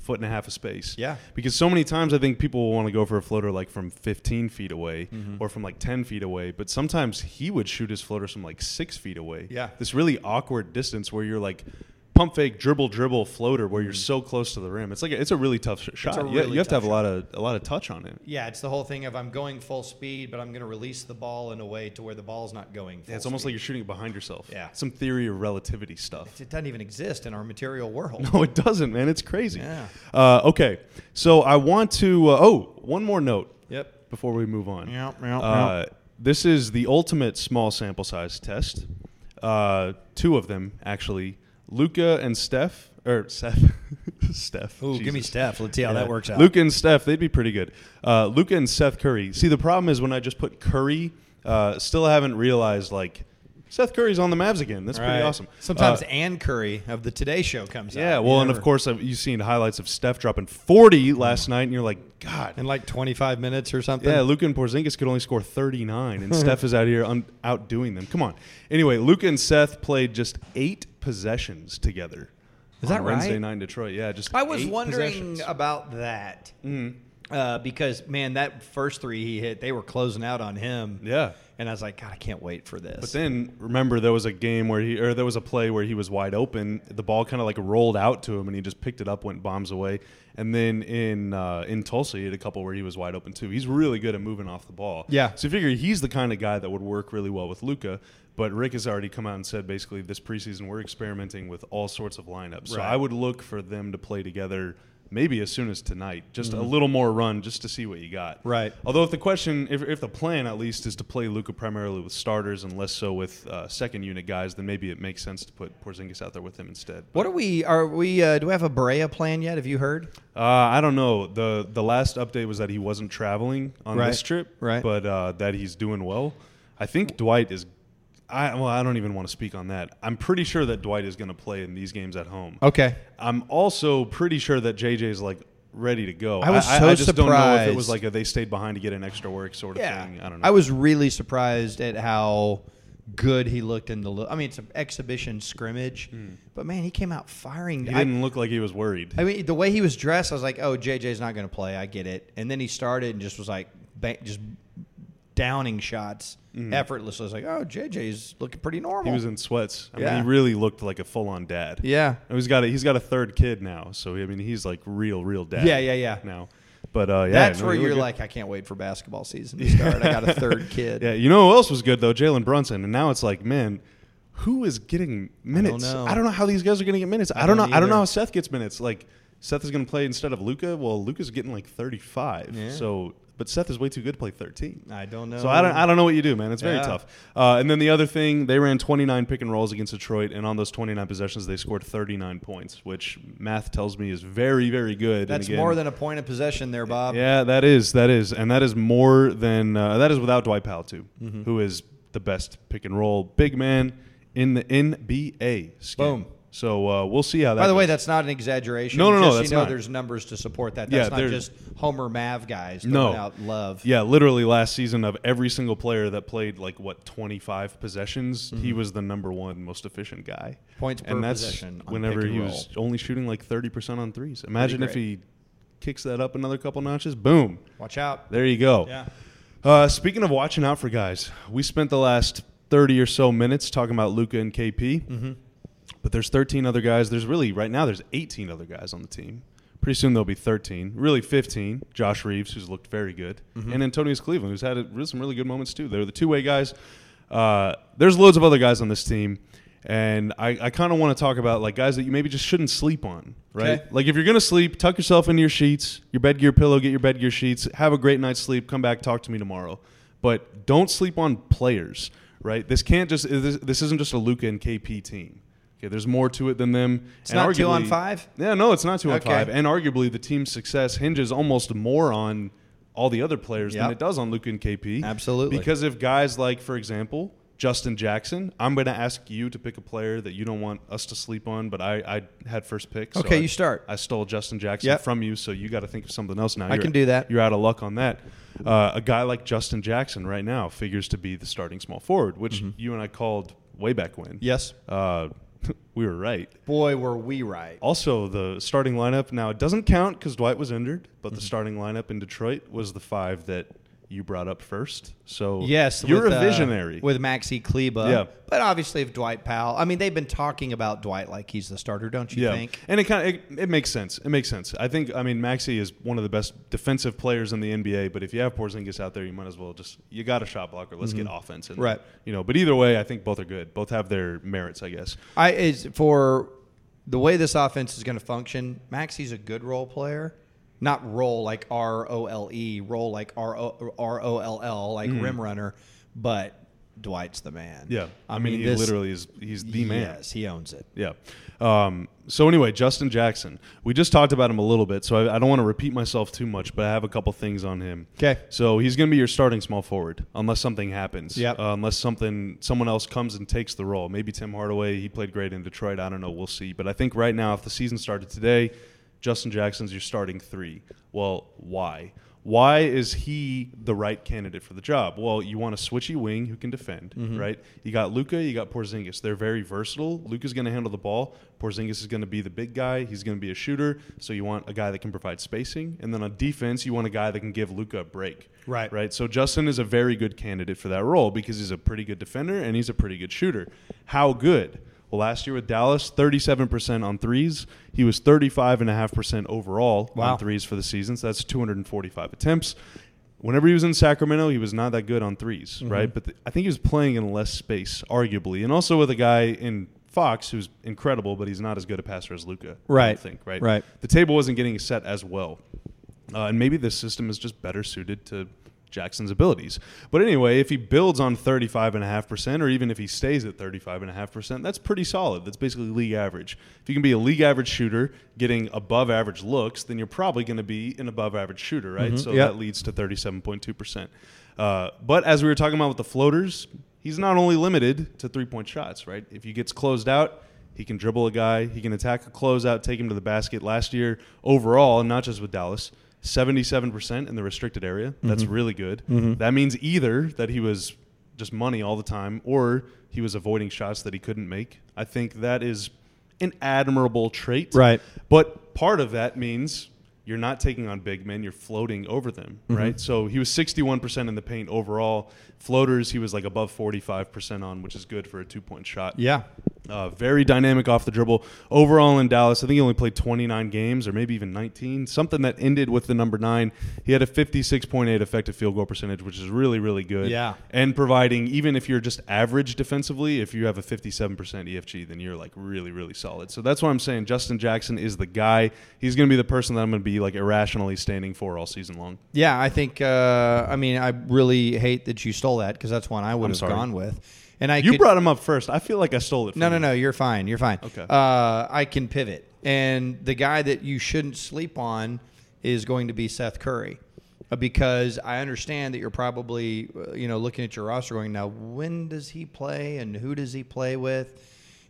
[SPEAKER 1] foot and a half of space.
[SPEAKER 2] Yeah.
[SPEAKER 1] because so many times I think people want to go for a floater like from 15 feet away
[SPEAKER 2] Mm-hmm.
[SPEAKER 1] or from like 10 feet away, but sometimes he would shoot his floaters from like six feet away.
[SPEAKER 2] Yeah.
[SPEAKER 1] this really awkward distance where you're like. pump fake, dribble, dribble, floater, where you're so close to the rim. It's like a, it's a really tough sh- shot. You-
[SPEAKER 2] Mm-hmm. really
[SPEAKER 1] you have to
[SPEAKER 2] tough
[SPEAKER 1] have a lot of a lot of touch on it.
[SPEAKER 2] Yeah, it's the whole thing of I'm going full speed, but I'm going to release the ball in a way to where the ball's not going. Full
[SPEAKER 1] it's almost like you're shooting it behind yourself.
[SPEAKER 2] Yeah.
[SPEAKER 1] some theory of relativity stuff.
[SPEAKER 2] it doesn't even exist in our material world.
[SPEAKER 1] No, it doesn't, man. It's crazy.
[SPEAKER 2] Yeah.
[SPEAKER 1] Uh, okay, so I want to. Uh, oh, one more note.
[SPEAKER 2] Yep.
[SPEAKER 1] Before we move on.
[SPEAKER 2] Yep, yep,
[SPEAKER 1] Uh, This is the ultimate small sample size test. Uh, two of them actually, Luca and Steph or Steph, Steph.
[SPEAKER 2] Ooh, give me
[SPEAKER 1] Jesus.
[SPEAKER 2] Steph. Let's see how
[SPEAKER 1] Yeah.
[SPEAKER 2] that works out.
[SPEAKER 1] Luka and Steph, they'd be pretty good. Uh, Luka and Seth Curry. See, the problem is when I just put Curry, uh, still haven't realized like Seth Curry's on the Mavs again. That's pretty
[SPEAKER 2] Right.
[SPEAKER 1] awesome.
[SPEAKER 2] Sometimes
[SPEAKER 1] Uh,
[SPEAKER 2] Ann Curry of the Today Show comes out.
[SPEAKER 1] yeah,
[SPEAKER 2] You
[SPEAKER 1] well, and of
[SPEAKER 2] never-
[SPEAKER 1] course, I've, you've seen highlights of Steph dropping 40 last night, and you're like, God.
[SPEAKER 2] in like 25 minutes or something.
[SPEAKER 1] Yeah, Luka and Porzingis could only score 39, and Steph is out here un- outdoing them. Come on. Anyway, Luka and Seth played just eight possessions together.
[SPEAKER 2] Is
[SPEAKER 1] on
[SPEAKER 2] that
[SPEAKER 1] Wednesday
[SPEAKER 2] right?
[SPEAKER 1] night in Detroit? Yeah, just
[SPEAKER 2] I was
[SPEAKER 1] eight
[SPEAKER 2] wondering
[SPEAKER 1] possessions. Mm-hmm.
[SPEAKER 2] about that uh, because man, that first three he hit, they were closing out on him.
[SPEAKER 1] Yeah.
[SPEAKER 2] and I was like, God, I can't wait for this.
[SPEAKER 1] But then remember there was a game where he or there was a play where he was wide open. The ball kind of like rolled out to him, and he just picked it up, went bombs away. And then in uh, in Tulsa, he had a couple where he was wide open too. He's really good at moving off the ball.
[SPEAKER 2] Yeah.
[SPEAKER 1] So you figure he's the kind of guy that would work really well with Luca. But Rick has already come out and said basically this preseason we're experimenting with all sorts of lineups. So
[SPEAKER 2] Right.
[SPEAKER 1] I would look for them to play together. Maybe as soon as tonight, just
[SPEAKER 2] Mm-hmm.
[SPEAKER 1] a little more run, just to see what you got.
[SPEAKER 2] Right.
[SPEAKER 1] Although if the question, if, if the plan at least is to play Luca primarily with starters and less so with uh, second unit guys, then maybe it makes sense to put Porzingis out there with him instead.
[SPEAKER 2] what are we? Are we? Uh, do we have a Brea plan yet? Have you heard?
[SPEAKER 1] Uh, I don't know. the The last update was that he wasn't traveling on
[SPEAKER 2] Right.
[SPEAKER 1] this trip,
[SPEAKER 2] Right.
[SPEAKER 1] But uh, that he's doing well. I think Dwight is. I well, I don't even want to speak on that. I'm pretty sure that Dwight is going to play in these games at home.
[SPEAKER 2] Okay.
[SPEAKER 1] I'm also pretty sure that JJ is like ready to go.
[SPEAKER 2] I was
[SPEAKER 1] I,
[SPEAKER 2] so
[SPEAKER 1] I just don't know if it was
[SPEAKER 2] surprised.
[SPEAKER 1] like a they stayed behind to get an extra work sort of thing. I don't know.
[SPEAKER 2] I was really surprised at how good he looked in the. Lo- I mean, it's an exhibition scrimmage, but man, he came out firing.
[SPEAKER 1] Mm. He
[SPEAKER 2] I-
[SPEAKER 1] didn't look like he was worried.
[SPEAKER 2] I mean, the way he was dressed, I was like, "Oh, JJ's not going to play." I get it. And then he started and just was like, ba- just downing shots effortlessly. I was like, "Oh, JJ's looking pretty normal."
[SPEAKER 1] Mm-hmm. he was in sweats. I
[SPEAKER 2] Yeah.
[SPEAKER 1] mean, he really looked like a full-on dad.
[SPEAKER 2] yeah,
[SPEAKER 1] And he's got a, he's got a third kid now, so I mean, he's like real, real dad.
[SPEAKER 2] Yeah, yeah, yeah.
[SPEAKER 1] Now, but uh, yeah,
[SPEAKER 2] that's
[SPEAKER 1] no,
[SPEAKER 2] where
[SPEAKER 1] he looked
[SPEAKER 2] you're
[SPEAKER 1] good.
[SPEAKER 2] like, "I can't wait for basketball season to start." I got a third kid.
[SPEAKER 1] yeah. You know who else was good though? Jalen Brunson. And now it's like, man, who is getting minutes?
[SPEAKER 2] know.
[SPEAKER 1] how these guys are going to get minutes. I don't,
[SPEAKER 2] don't
[SPEAKER 1] know. I don't know
[SPEAKER 2] either.
[SPEAKER 1] how Seth gets minutes. Like Seth is going to play instead of Luca. Well, Luca's getting like 35.
[SPEAKER 2] Yeah.
[SPEAKER 1] So, but Seth is way too good to play 13.
[SPEAKER 2] I don't know.
[SPEAKER 1] So I don't, I don't know what you do, man. It's very
[SPEAKER 2] Yeah.
[SPEAKER 1] tough. Uh, and then the other thing, they ran 29 pick and rolls against Detroit, and on those 29 possessions, they scored 39 points, which math tells me is very, very good. And
[SPEAKER 2] That's
[SPEAKER 1] again-
[SPEAKER 2] more than a point of possession there, Bob.
[SPEAKER 1] Yeah, that is that is, and that is more than uh, that is without Dwight Powell too,
[SPEAKER 2] Mm-hmm.
[SPEAKER 1] who is the best pick and roll big man in the NBA. Skin.
[SPEAKER 2] Boom.
[SPEAKER 1] So uh, we'll see how that.
[SPEAKER 2] By the way,
[SPEAKER 1] goes.
[SPEAKER 2] that's not an exaggeration.
[SPEAKER 1] No, no, no,
[SPEAKER 2] Just so
[SPEAKER 1] that's
[SPEAKER 2] you know,
[SPEAKER 1] not.
[SPEAKER 2] there's numbers to support that.
[SPEAKER 1] Yeah,
[SPEAKER 2] That's not
[SPEAKER 1] there-
[SPEAKER 2] just Homer Mav guys.
[SPEAKER 1] No.
[SPEAKER 2] throwing out love.
[SPEAKER 1] Yeah, literally last season of every single player that played like what 25 possessions,
[SPEAKER 2] Mm-hmm.
[SPEAKER 1] he was the number one most efficient guy.
[SPEAKER 2] Points per
[SPEAKER 1] and that's
[SPEAKER 2] possession on
[SPEAKER 1] Whenever
[SPEAKER 2] pick and
[SPEAKER 1] he was only shooting like 30% on threes. Imagine if
[SPEAKER 2] great.
[SPEAKER 1] he kicks that up another couple notches, boom.
[SPEAKER 2] Watch out.
[SPEAKER 1] There you go.
[SPEAKER 2] Yeah.
[SPEAKER 1] Uh, speaking of watching out for guys, we spent the last 30 or so minutes talking about Luca and KP. Mm-hmm. But there's 13 other guys. There's really right now there's 18 other guys on the team. Pretty soon there'll be 13, really 15. Josh Reeves, who's looked very good, and Antonius Cleveland, who's had a, really- some really good moments too. They're the two-way guys. Uh, there's loads of other guys on this team, and I, I kind of want to talk about like guys that you maybe just shouldn't sleep on, right?
[SPEAKER 2] Okay.
[SPEAKER 1] Like if you're gonna sleep, tuck yourself into your sheets, your bed gear pillow, get your bed gear sheets, have a great night's sleep, come back, talk to me tomorrow. But don't sleep on players, right? This can't just this, this isn't just a Luca and KP team. Okay, there's more to it than them. It's
[SPEAKER 2] not two on five?
[SPEAKER 1] Yeah, no, it's not two on
[SPEAKER 2] Okay.
[SPEAKER 1] five. And arguably, the team's success hinges almost more on all the other players than
[SPEAKER 2] Yep.
[SPEAKER 1] it does on Luca and KP.
[SPEAKER 2] Absolutely.
[SPEAKER 1] Because if guys like, for example, Justin Jackson, I'm going to ask you to pick a player that you don't want us to sleep on, but I, I had first pick. so
[SPEAKER 2] Okay,
[SPEAKER 1] I-
[SPEAKER 2] you start.
[SPEAKER 1] I stole Justin Jackson
[SPEAKER 2] Yep.
[SPEAKER 1] from you, so you got to think of something else now.
[SPEAKER 2] I can do that.
[SPEAKER 1] You're out of luck on that. Uh, a guy like Justin Jackson right now figures to be the starting small forward, which
[SPEAKER 2] Mm-hmm.
[SPEAKER 1] you and I called way back when.
[SPEAKER 2] Yes.
[SPEAKER 1] Uh, we were right.
[SPEAKER 2] Boy, were we right.
[SPEAKER 1] Also, the starting
[SPEAKER 2] Mm-hmm.
[SPEAKER 1] lineup now it doesn't count because Dwight was injured, but the starting lineup in Detroit was the five that you brought up first. So
[SPEAKER 2] Yes,
[SPEAKER 1] you're
[SPEAKER 2] with,
[SPEAKER 1] a
[SPEAKER 2] uh,
[SPEAKER 1] visionary.
[SPEAKER 2] with Maxi Kleba.
[SPEAKER 1] Yeah.
[SPEAKER 2] but obviously if Dwight Powell. I mean, they've been talking about Dwight like he's the starter, don't you
[SPEAKER 1] yeah,
[SPEAKER 2] think?
[SPEAKER 1] and it kind of it, it makes sense. It makes sense. I think I mean Maxi is one of the best defensive players in the NBA. But if you have Porzingis out there, you might as well just you got a shot blocker. Let's get offense in there.
[SPEAKER 2] Mm-hmm. Right.
[SPEAKER 1] You know, but either way, I think both are good. Both have their merits, I guess.
[SPEAKER 2] I is for the way this offense is going to function. Maxi's a good role player, not role like R O L E, role like R O R O L L, like rim runner. But Dwight's the man.
[SPEAKER 1] Mm-hmm. Yeah, I, mean, he
[SPEAKER 2] this-
[SPEAKER 1] literally is he's the man.
[SPEAKER 2] Yes, he owns it.
[SPEAKER 1] Yeah. Um, so anyway, Justin Jackson. We just talked about him a little bit, so I, I don't want to repeat myself too much, but I have a couple things on him.
[SPEAKER 2] 'Kay.
[SPEAKER 1] So he's going to be your starting small forward unless something happens.
[SPEAKER 2] Yep.
[SPEAKER 1] Uh, unless something someone else comes and takes the role. Maybe Tim Hardaway. He played great in Detroit. I don't know. We'll see. But I think right now, if the season started today, Justin Jackson's your starting three. Well, why? Why is he the right candidate for the job? Well, you want a switchy wing who can defend, right? You got Luca, you got Porzingis. They're very versatile. Luca's going to handle the ball. Porzingis is going to be the big guy. He's going to be a shooter. So you want a guy that can provide spacing, and then on defense, you want a guy that can give Luca a break,
[SPEAKER 2] Right.
[SPEAKER 1] Right. So Justin is a very good candidate for that role because he's a pretty good defender and he's a pretty good shooter. How good? Well, last year with Dallas, 37% on threes. He was 35.5% overall
[SPEAKER 2] Wow.
[SPEAKER 1] on threes for the season. So that's 245 attempts. Whenever he was in Sacramento, he was not that good on 3s
[SPEAKER 2] Mm-hmm.
[SPEAKER 1] right? But th- I think he was playing in less space, arguably. And also with a guy in Fox who's incredible, but he's not as good a passer as Luca.
[SPEAKER 2] Right.
[SPEAKER 1] think, right?
[SPEAKER 2] Right.
[SPEAKER 1] The table wasn't getting set as well uh, and maybe this system is just better suited to Jackson's abilities. But anyway, if he builds on 35.5%, or even if he stays at 35.5%, that's pretty solid. That's basically league average. If you can be a league average shooter getting above average looks, then you're probably going to be an above average shooter, right? So
[SPEAKER 2] Yep.
[SPEAKER 1] that leads to 37.2%. Uh, but as we were talking about with the floaters, he's not only limited to three point shots, right? If he gets closed out, he can dribble a guy. He can attack a closeout, take him to the basket. Last year, overall, and not just with Dallas, 77% in the restricted area. That's really good. That means either that he was just money all the time or he was avoiding shots that he couldn't make. I think that is an admirable trait.
[SPEAKER 2] Right.
[SPEAKER 1] But part of that means you're not taking on big men, you're floating over them, right? So he was 61% in the paint overall. Floaters, he was like above 45% on, which is good for a two point shot.
[SPEAKER 2] Yeah.
[SPEAKER 1] Uh, very dynamic off the dribble. Overall in Dallas, I think he only played 29 games or maybe even 19, something that ended with the number nine. He had a 56.8 effective field goal percentage, which is really, really good.
[SPEAKER 2] Yeah.
[SPEAKER 1] And providing, even if you're just average defensively, if you have a 57% EFG, then you're like really, really solid. So that's why I'm saying Justin Jackson is the guy. He's going to be the person that I'm going to be like irrationally standing for all season long.
[SPEAKER 2] Yeah, I think. Uh, I mean, I really hate that you stole that because that's one I would have
[SPEAKER 1] sorry.
[SPEAKER 2] gone with. And I
[SPEAKER 1] You
[SPEAKER 2] could,
[SPEAKER 1] brought him up first. I feel like I stole it from
[SPEAKER 2] no, no,
[SPEAKER 1] you.
[SPEAKER 2] no. You're fine. You're fine.
[SPEAKER 1] Okay.
[SPEAKER 2] Uh, I can pivot, and the guy that you shouldn't sleep on is going to be Seth Curry, Uh, because I understand that you're probably uh, you know looking at your roster going now when does he play and who does he play with?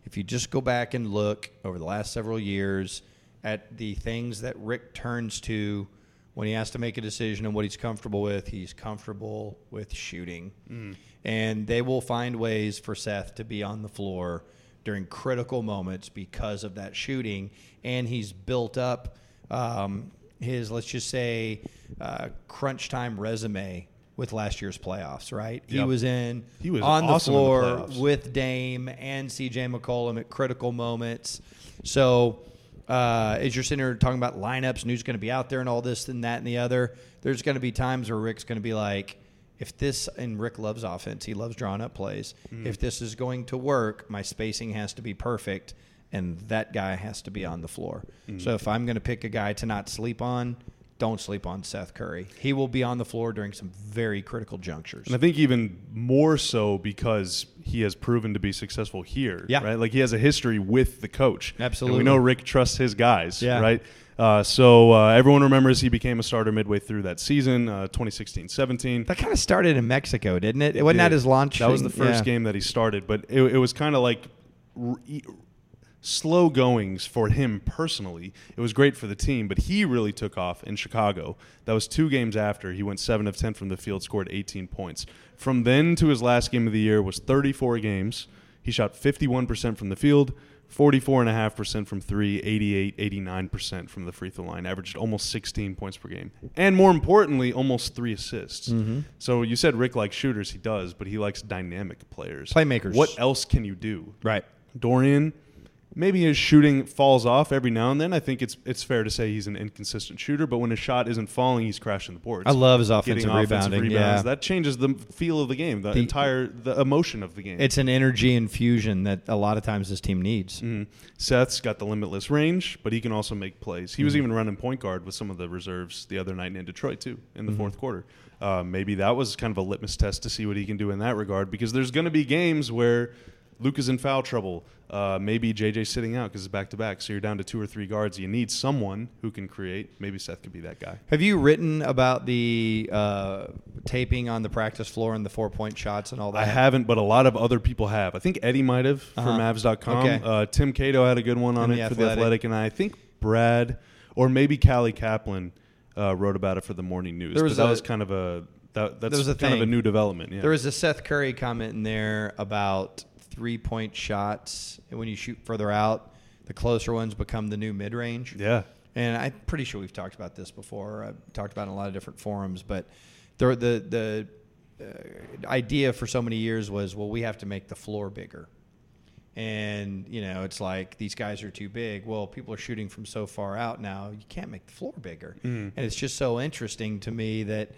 [SPEAKER 2] If you just go back and look over the last several years at the things that Rick turns to when he has to make a decision and what he's comfortable with, he's comfortable with shooting.
[SPEAKER 1] Mm.
[SPEAKER 2] And they will find ways for Seth to be on the floor during critical moments because of that shooting. And he's built up um, his, let's just say, uh, crunch time resume with last year's playoffs, right? He
[SPEAKER 1] Yep.
[SPEAKER 2] was in
[SPEAKER 1] He was
[SPEAKER 2] on the
[SPEAKER 1] awesome in the
[SPEAKER 2] floor
[SPEAKER 1] playoffs.
[SPEAKER 2] with Dame and CJ McCollum at critical moments. So, uh, as you're sitting here talking about lineups and who's going to be out there and all this and that and the other, there's going to be times where Rick's going to be like, if this, and Rick loves offense, he loves drawing up plays. If this is going to work, my spacing has to be perfect and that guy has to be on the floor. So, if I'm going to pick a guy to not sleep on, don't sleep on Seth Curry. He will be on the floor during some very critical junctures.
[SPEAKER 1] And I think even more so because he has proven to be successful here.
[SPEAKER 2] Yeah.
[SPEAKER 1] Right. Like he has a history with the coach. And
[SPEAKER 2] Absolutely.
[SPEAKER 1] we know Rick trusts his guys.
[SPEAKER 2] Yeah.
[SPEAKER 1] Right. Uh, so uh, everyone remembers he became a starter midway through that season, uh, 2016-17.
[SPEAKER 2] That kind of started in Mexico, didn't it? It wasn't that
[SPEAKER 1] did.
[SPEAKER 2] his launch.
[SPEAKER 1] That was the
[SPEAKER 2] thing?
[SPEAKER 1] first
[SPEAKER 2] Yeah.
[SPEAKER 1] game that he started, but it, it was kind of like r- e- slow goings for him personally. It was great for the team, but he really took off in Chicago. That was two games after he went seven of ten from the field, scored 18 points. From then to his last game of the year was 34 games. He shot 51% from the field. 44.5% from three, 88, 89% from the free throw line, averaged almost 16 points per game. And more importantly, almost three assists. So you said Rick likes shooters. He does, but he likes dynamic players.
[SPEAKER 2] Playmakers.
[SPEAKER 1] What else can you do?
[SPEAKER 2] Right.
[SPEAKER 1] Dorian, maybe his shooting falls off every now and then. I think it's it's fair to say he's an inconsistent shooter, but when his shot isn't falling, he's crashing the boards.
[SPEAKER 2] I love his
[SPEAKER 1] Getting
[SPEAKER 2] offensive rebounding. yeah.
[SPEAKER 1] That changes the feel of the game, the,
[SPEAKER 2] The-
[SPEAKER 1] entire the emotion of the game.
[SPEAKER 2] it's an energy infusion that a lot of times this team needs.
[SPEAKER 1] Mhm. Seth's got the limitless range, but he can also make plays. He was even running point guard with some of the reserves the other night in Detroit too, in the fourth quarter. Uh, maybe that was kind of a litmus test to see what he can do in that regard, because there's going to be games where Luke is in foul trouble. Uh, maybe JJ's sitting out because it's back to back, so you're down to two or three guards. You need someone who can create. Maybe Seth could be that guy.
[SPEAKER 2] Have you written about the uh, taping on the practice floor and the four point shots and all that?
[SPEAKER 1] I haven't, but a lot of other people have. I think Eddie might have for
[SPEAKER 2] Uh-huh.
[SPEAKER 1] Mavs.com.
[SPEAKER 2] Okay.
[SPEAKER 1] Uh, Tim Cato had a good one on
[SPEAKER 2] In
[SPEAKER 1] it
[SPEAKER 2] The
[SPEAKER 1] for The
[SPEAKER 2] Athletic.
[SPEAKER 1] Athletic, and I think Brad or maybe Callie Kaplan uh, wrote about it for the morning news.
[SPEAKER 2] There
[SPEAKER 1] But
[SPEAKER 2] was
[SPEAKER 1] that
[SPEAKER 2] a-
[SPEAKER 1] was kind of a that, that's
[SPEAKER 2] There was a
[SPEAKER 1] kind of a
[SPEAKER 2] thing.
[SPEAKER 1] new development. Yeah.
[SPEAKER 2] There was a Seth Curry comment in there about three point shots. And when you shoot further out, the closer ones become the new mid range.
[SPEAKER 1] yeah.
[SPEAKER 2] And I'm pretty sure we've talked about this before. I've talked about it in a lot of different forums, but there, the the uh, idea for so many years was, well, we have to make the floor bigger, and you know, it's like these guys are too big. Well, people are shooting from so far out now, you can't make the floor bigger, and it's just so interesting to me that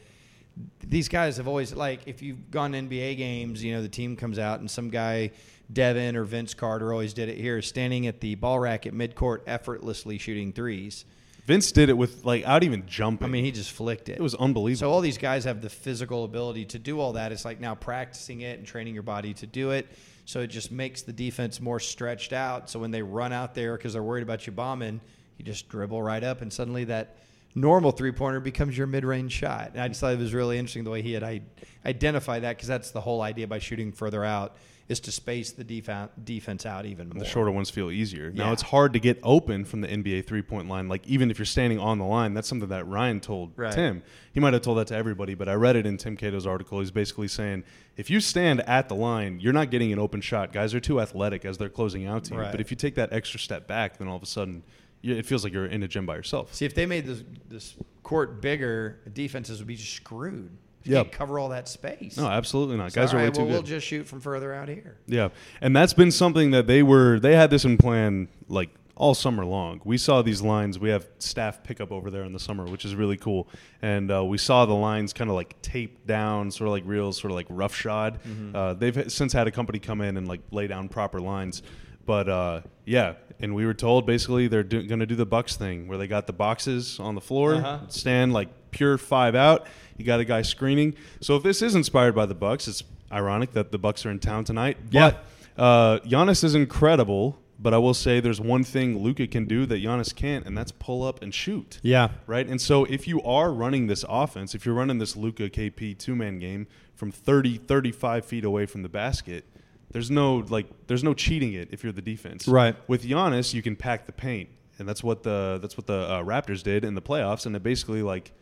[SPEAKER 2] these guys have always like if you've gone to NBA games, you know the team comes out and some guy, Devin or Vince Carter always did it here, standing at the ball rack at midcourt, effortlessly shooting threes.
[SPEAKER 1] Vince did it with like out even jumping.
[SPEAKER 2] I mean, he just flicked it.
[SPEAKER 1] it was unbelievable.
[SPEAKER 2] so all these guys have the physical ability to do all that. It's like now practicing it and training your body to do it. So it just makes the defense more stretched out. So when they run out there because they're worried about you bombing, you just dribble right up, and suddenly that normal three pointer becomes your mid range shot. And I just thought it was really interesting the way he had I- identified that because that's the whole idea by shooting further out is to space the defen- defense out even more.
[SPEAKER 1] The shorter ones feel easier. Now
[SPEAKER 2] Yeah.
[SPEAKER 1] it's hard to get open from the NBA three point line. Like even if you're standing on the line, that's something that Ryan told
[SPEAKER 2] Right.
[SPEAKER 1] Tim. He might have told that to everybody, but I read it in Tim Cato's article. He's basically saying if you stand at the line, you're not getting an open shot. Guys are too athletic as they're closing out to you.
[SPEAKER 2] Right.
[SPEAKER 1] But if you take that extra step back, then all of a sudden you, it feels like you're in a gym by yourself.
[SPEAKER 2] See, if they made this, this court bigger, the defenses would be just screwed. You
[SPEAKER 1] Yeah.
[SPEAKER 2] can't cover all that space.
[SPEAKER 1] No, absolutely not. Guys
[SPEAKER 2] All
[SPEAKER 1] are way
[SPEAKER 2] right,
[SPEAKER 1] too
[SPEAKER 2] well,
[SPEAKER 1] good.
[SPEAKER 2] We'll just shoot from further out here.
[SPEAKER 1] Yeah, and that's been something that they were they had this in plan like all summer long. We saw these lines. We have staff pickup over there in the summer, which is really cool. And uh, we saw the lines kind of like taped down, sort of like reels, sort of like roughshod. Uh, they've since had a company come in and like lay down proper lines. But uh, yeah, and we were told basically they're do- going to do the Bucks thing where they got the boxes on the floor,
[SPEAKER 2] Uh-huh.
[SPEAKER 1] stand like pure five out. You got a guy screening. So if this is inspired by the Bucks, it's ironic that the Bucks are in town tonight.
[SPEAKER 2] Yeah.
[SPEAKER 1] But uh, Giannis is incredible. But I will say there's one thing Luca can do that Giannis can't, and that's pull up and shoot.
[SPEAKER 2] Yeah.
[SPEAKER 1] Right. And so if you are running this offense, if you're running this Luca KP two man game from 30, 35 feet away from the basket, there's no like there's no cheating it if you're the defense.
[SPEAKER 2] Right.
[SPEAKER 1] With Giannis, you can pack the paint, and that's what the that's what the uh, Raptors did in the playoffs, and it basically like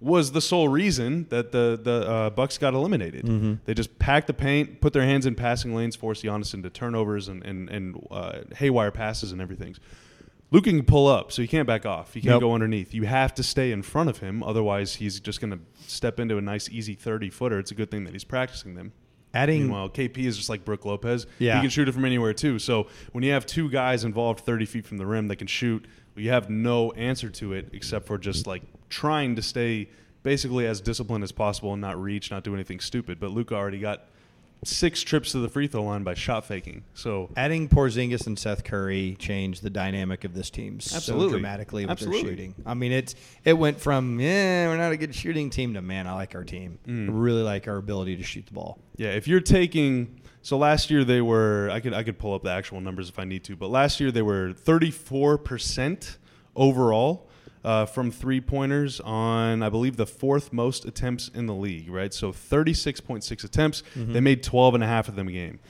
[SPEAKER 1] was the sole reason that the the uh, Bucks got eliminated. They just packed the paint, put their hands in passing lanes, forced Giannis into turnovers and and, and uh, haywire passes and everything. Luka can pull up, so you can't back off. You can't
[SPEAKER 2] Nope.
[SPEAKER 1] go underneath. You have to stay in front of him, otherwise he's just going to step into a nice easy thirty footer. It's a good thing that he's practicing them.
[SPEAKER 2] Adding
[SPEAKER 1] Meanwhile, KP is just like Brooke Lopez.
[SPEAKER 2] Yeah.
[SPEAKER 1] He can shoot it from anywhere, too. So when you have two guys involved 30 feet from the rim that can shoot, you have no answer to it except for just like trying to stay basically as disciplined as possible and not reach, not do anything stupid. But Luca already got six trips to the free throw line by shot faking. So
[SPEAKER 2] adding Porzingis and Seth Curry changed the dynamic of this team so
[SPEAKER 1] Absolutely.
[SPEAKER 2] dramatically with
[SPEAKER 1] Absolutely.
[SPEAKER 2] their shooting. I mean, it's it went from yeah, we're not a good shooting team to man, I like our team.
[SPEAKER 1] Mm.
[SPEAKER 2] I really like our ability to shoot the ball.
[SPEAKER 1] Yeah, if you're taking so last year they were I could I could pull up the actual numbers if I need to, but last year they were 34% overall uh, from three pointers on I believe the fourth most attempts in the league, right? So 36.6 attempts, they made 12 and a half of them a game.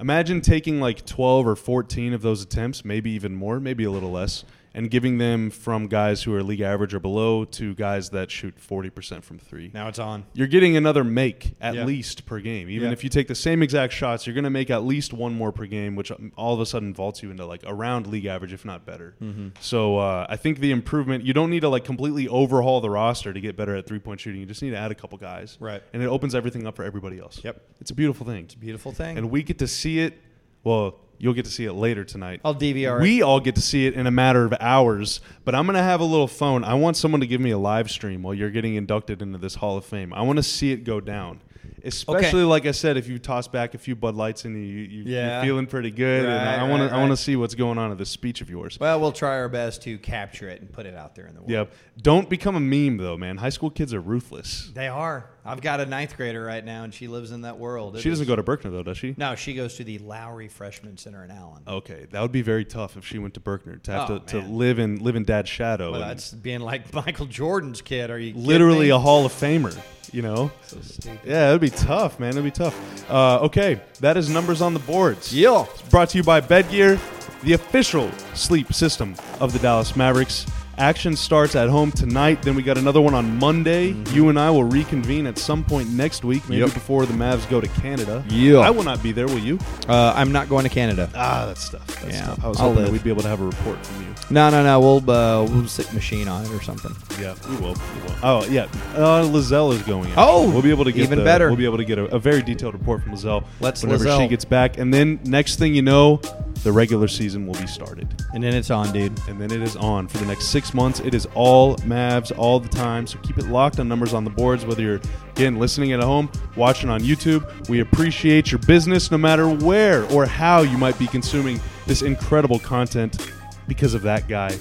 [SPEAKER 1] Imagine taking like 12 or 14 of those attempts, maybe even more, maybe a little less, and giving them from guys who are league average or below to guys that shoot 40% from three.
[SPEAKER 2] Now it's on.
[SPEAKER 1] You're getting another make at
[SPEAKER 2] Yeah.
[SPEAKER 1] least per game. Even
[SPEAKER 2] Yeah.
[SPEAKER 1] if you take the same exact shots, you're going to make at least one more per game, which um, all of a sudden vaults you into like around league average, if not better.
[SPEAKER 2] Mm-hmm.
[SPEAKER 1] So uh, I think the improvement, you don't need to like completely overhaul the roster to get better at three point shooting. You just need to add a couple guys.
[SPEAKER 2] Right.
[SPEAKER 1] And it opens everything up for everybody else.
[SPEAKER 2] Yep.
[SPEAKER 1] It's a beautiful thing.
[SPEAKER 2] Beautiful thing.
[SPEAKER 1] And we get to see it. Well, you'll get to see it later tonight.
[SPEAKER 2] I'll DVR it.
[SPEAKER 1] We all get to see it in a matter of hours, but I'm going to have a little phone. I want someone to give me a live stream while you're getting inducted into this Hall of Fame. I want to see it go down. Especially, like I said, if you toss back a few Bud Lights and you, you,
[SPEAKER 2] Yeah.
[SPEAKER 1] you're feeling pretty good. and
[SPEAKER 2] Right,
[SPEAKER 1] I want
[SPEAKER 2] right,
[SPEAKER 1] to I want
[SPEAKER 2] right.
[SPEAKER 1] to see what's going on in this speech of yours.
[SPEAKER 2] well, we'll try our best to capture it and put it out there in the world.
[SPEAKER 1] Yep. Don't become a meme, though, man. High school kids are ruthless.
[SPEAKER 2] They are. I've got a ninth grader right now, and she lives in that world. It
[SPEAKER 1] She doesn't
[SPEAKER 2] is-
[SPEAKER 1] go to Berkner, though, does she?
[SPEAKER 2] No, she goes to the Lowry Freshman Center in Allen.
[SPEAKER 1] Okay, that would be very tough if she went to Berkner to have
[SPEAKER 2] Oh,
[SPEAKER 1] to, to
[SPEAKER 2] man.
[SPEAKER 1] live in live in dad's shadow.
[SPEAKER 2] Well,
[SPEAKER 1] and-
[SPEAKER 2] that's being like Michael Jordan's kid. Are you kidding
[SPEAKER 1] literally
[SPEAKER 2] me?
[SPEAKER 1] a Hall of Famer. You know?
[SPEAKER 2] So stupid.
[SPEAKER 1] Yeah, it'd be tough, man. It'd be tough. Uh, okay, that is numbers on the boards.
[SPEAKER 2] Yeah.
[SPEAKER 1] It's brought to you by Bedgear, the official sleep system of the Dallas Mavericks. Action starts at home tonight. Then we got another one on Monday. You and I will reconvene at some point next week, maybe
[SPEAKER 2] Yep.
[SPEAKER 1] before the Mavs go to Canada.
[SPEAKER 2] Yeah.
[SPEAKER 1] I will not be there. Will you?
[SPEAKER 2] Uh, I'm not going to Canada.
[SPEAKER 1] Ah, that's stuff. That's
[SPEAKER 2] Yeah,
[SPEAKER 1] stuff. I was
[SPEAKER 2] I'll
[SPEAKER 1] hoping that
[SPEAKER 2] live.
[SPEAKER 1] we'd be able to have a report from you.
[SPEAKER 2] No, no, no. We'll uh, we'll sit machine on it or something.
[SPEAKER 1] Yeah, we will. We will. Oh, yeah. Uh, Lizelle is going. out.
[SPEAKER 2] Oh,
[SPEAKER 1] we'll be able to get
[SPEAKER 2] even
[SPEAKER 1] the-
[SPEAKER 2] better.
[SPEAKER 1] We'll be able to get a, a very detailed report from Lizelle
[SPEAKER 2] Let's
[SPEAKER 1] whenever she
[SPEAKER 2] Lizelle.
[SPEAKER 1] gets back, and then next thing you know, the regular season will be started,
[SPEAKER 2] And then it's on, dude.
[SPEAKER 1] and then it is on for the next six months. It is all Mavs all the time, so keep it locked on numbers on the boards. Whether you're again listening at home, watching on YouTube, we appreciate your business, no matter where or how you might be consuming this incredible content, because of that guy.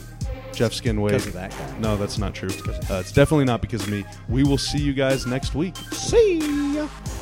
[SPEAKER 1] Jeff Skinway.
[SPEAKER 2] Because of that guy.
[SPEAKER 1] No, that's not true. Uh, it's definitely not because of me. We will see you guys next week.
[SPEAKER 2] See ya.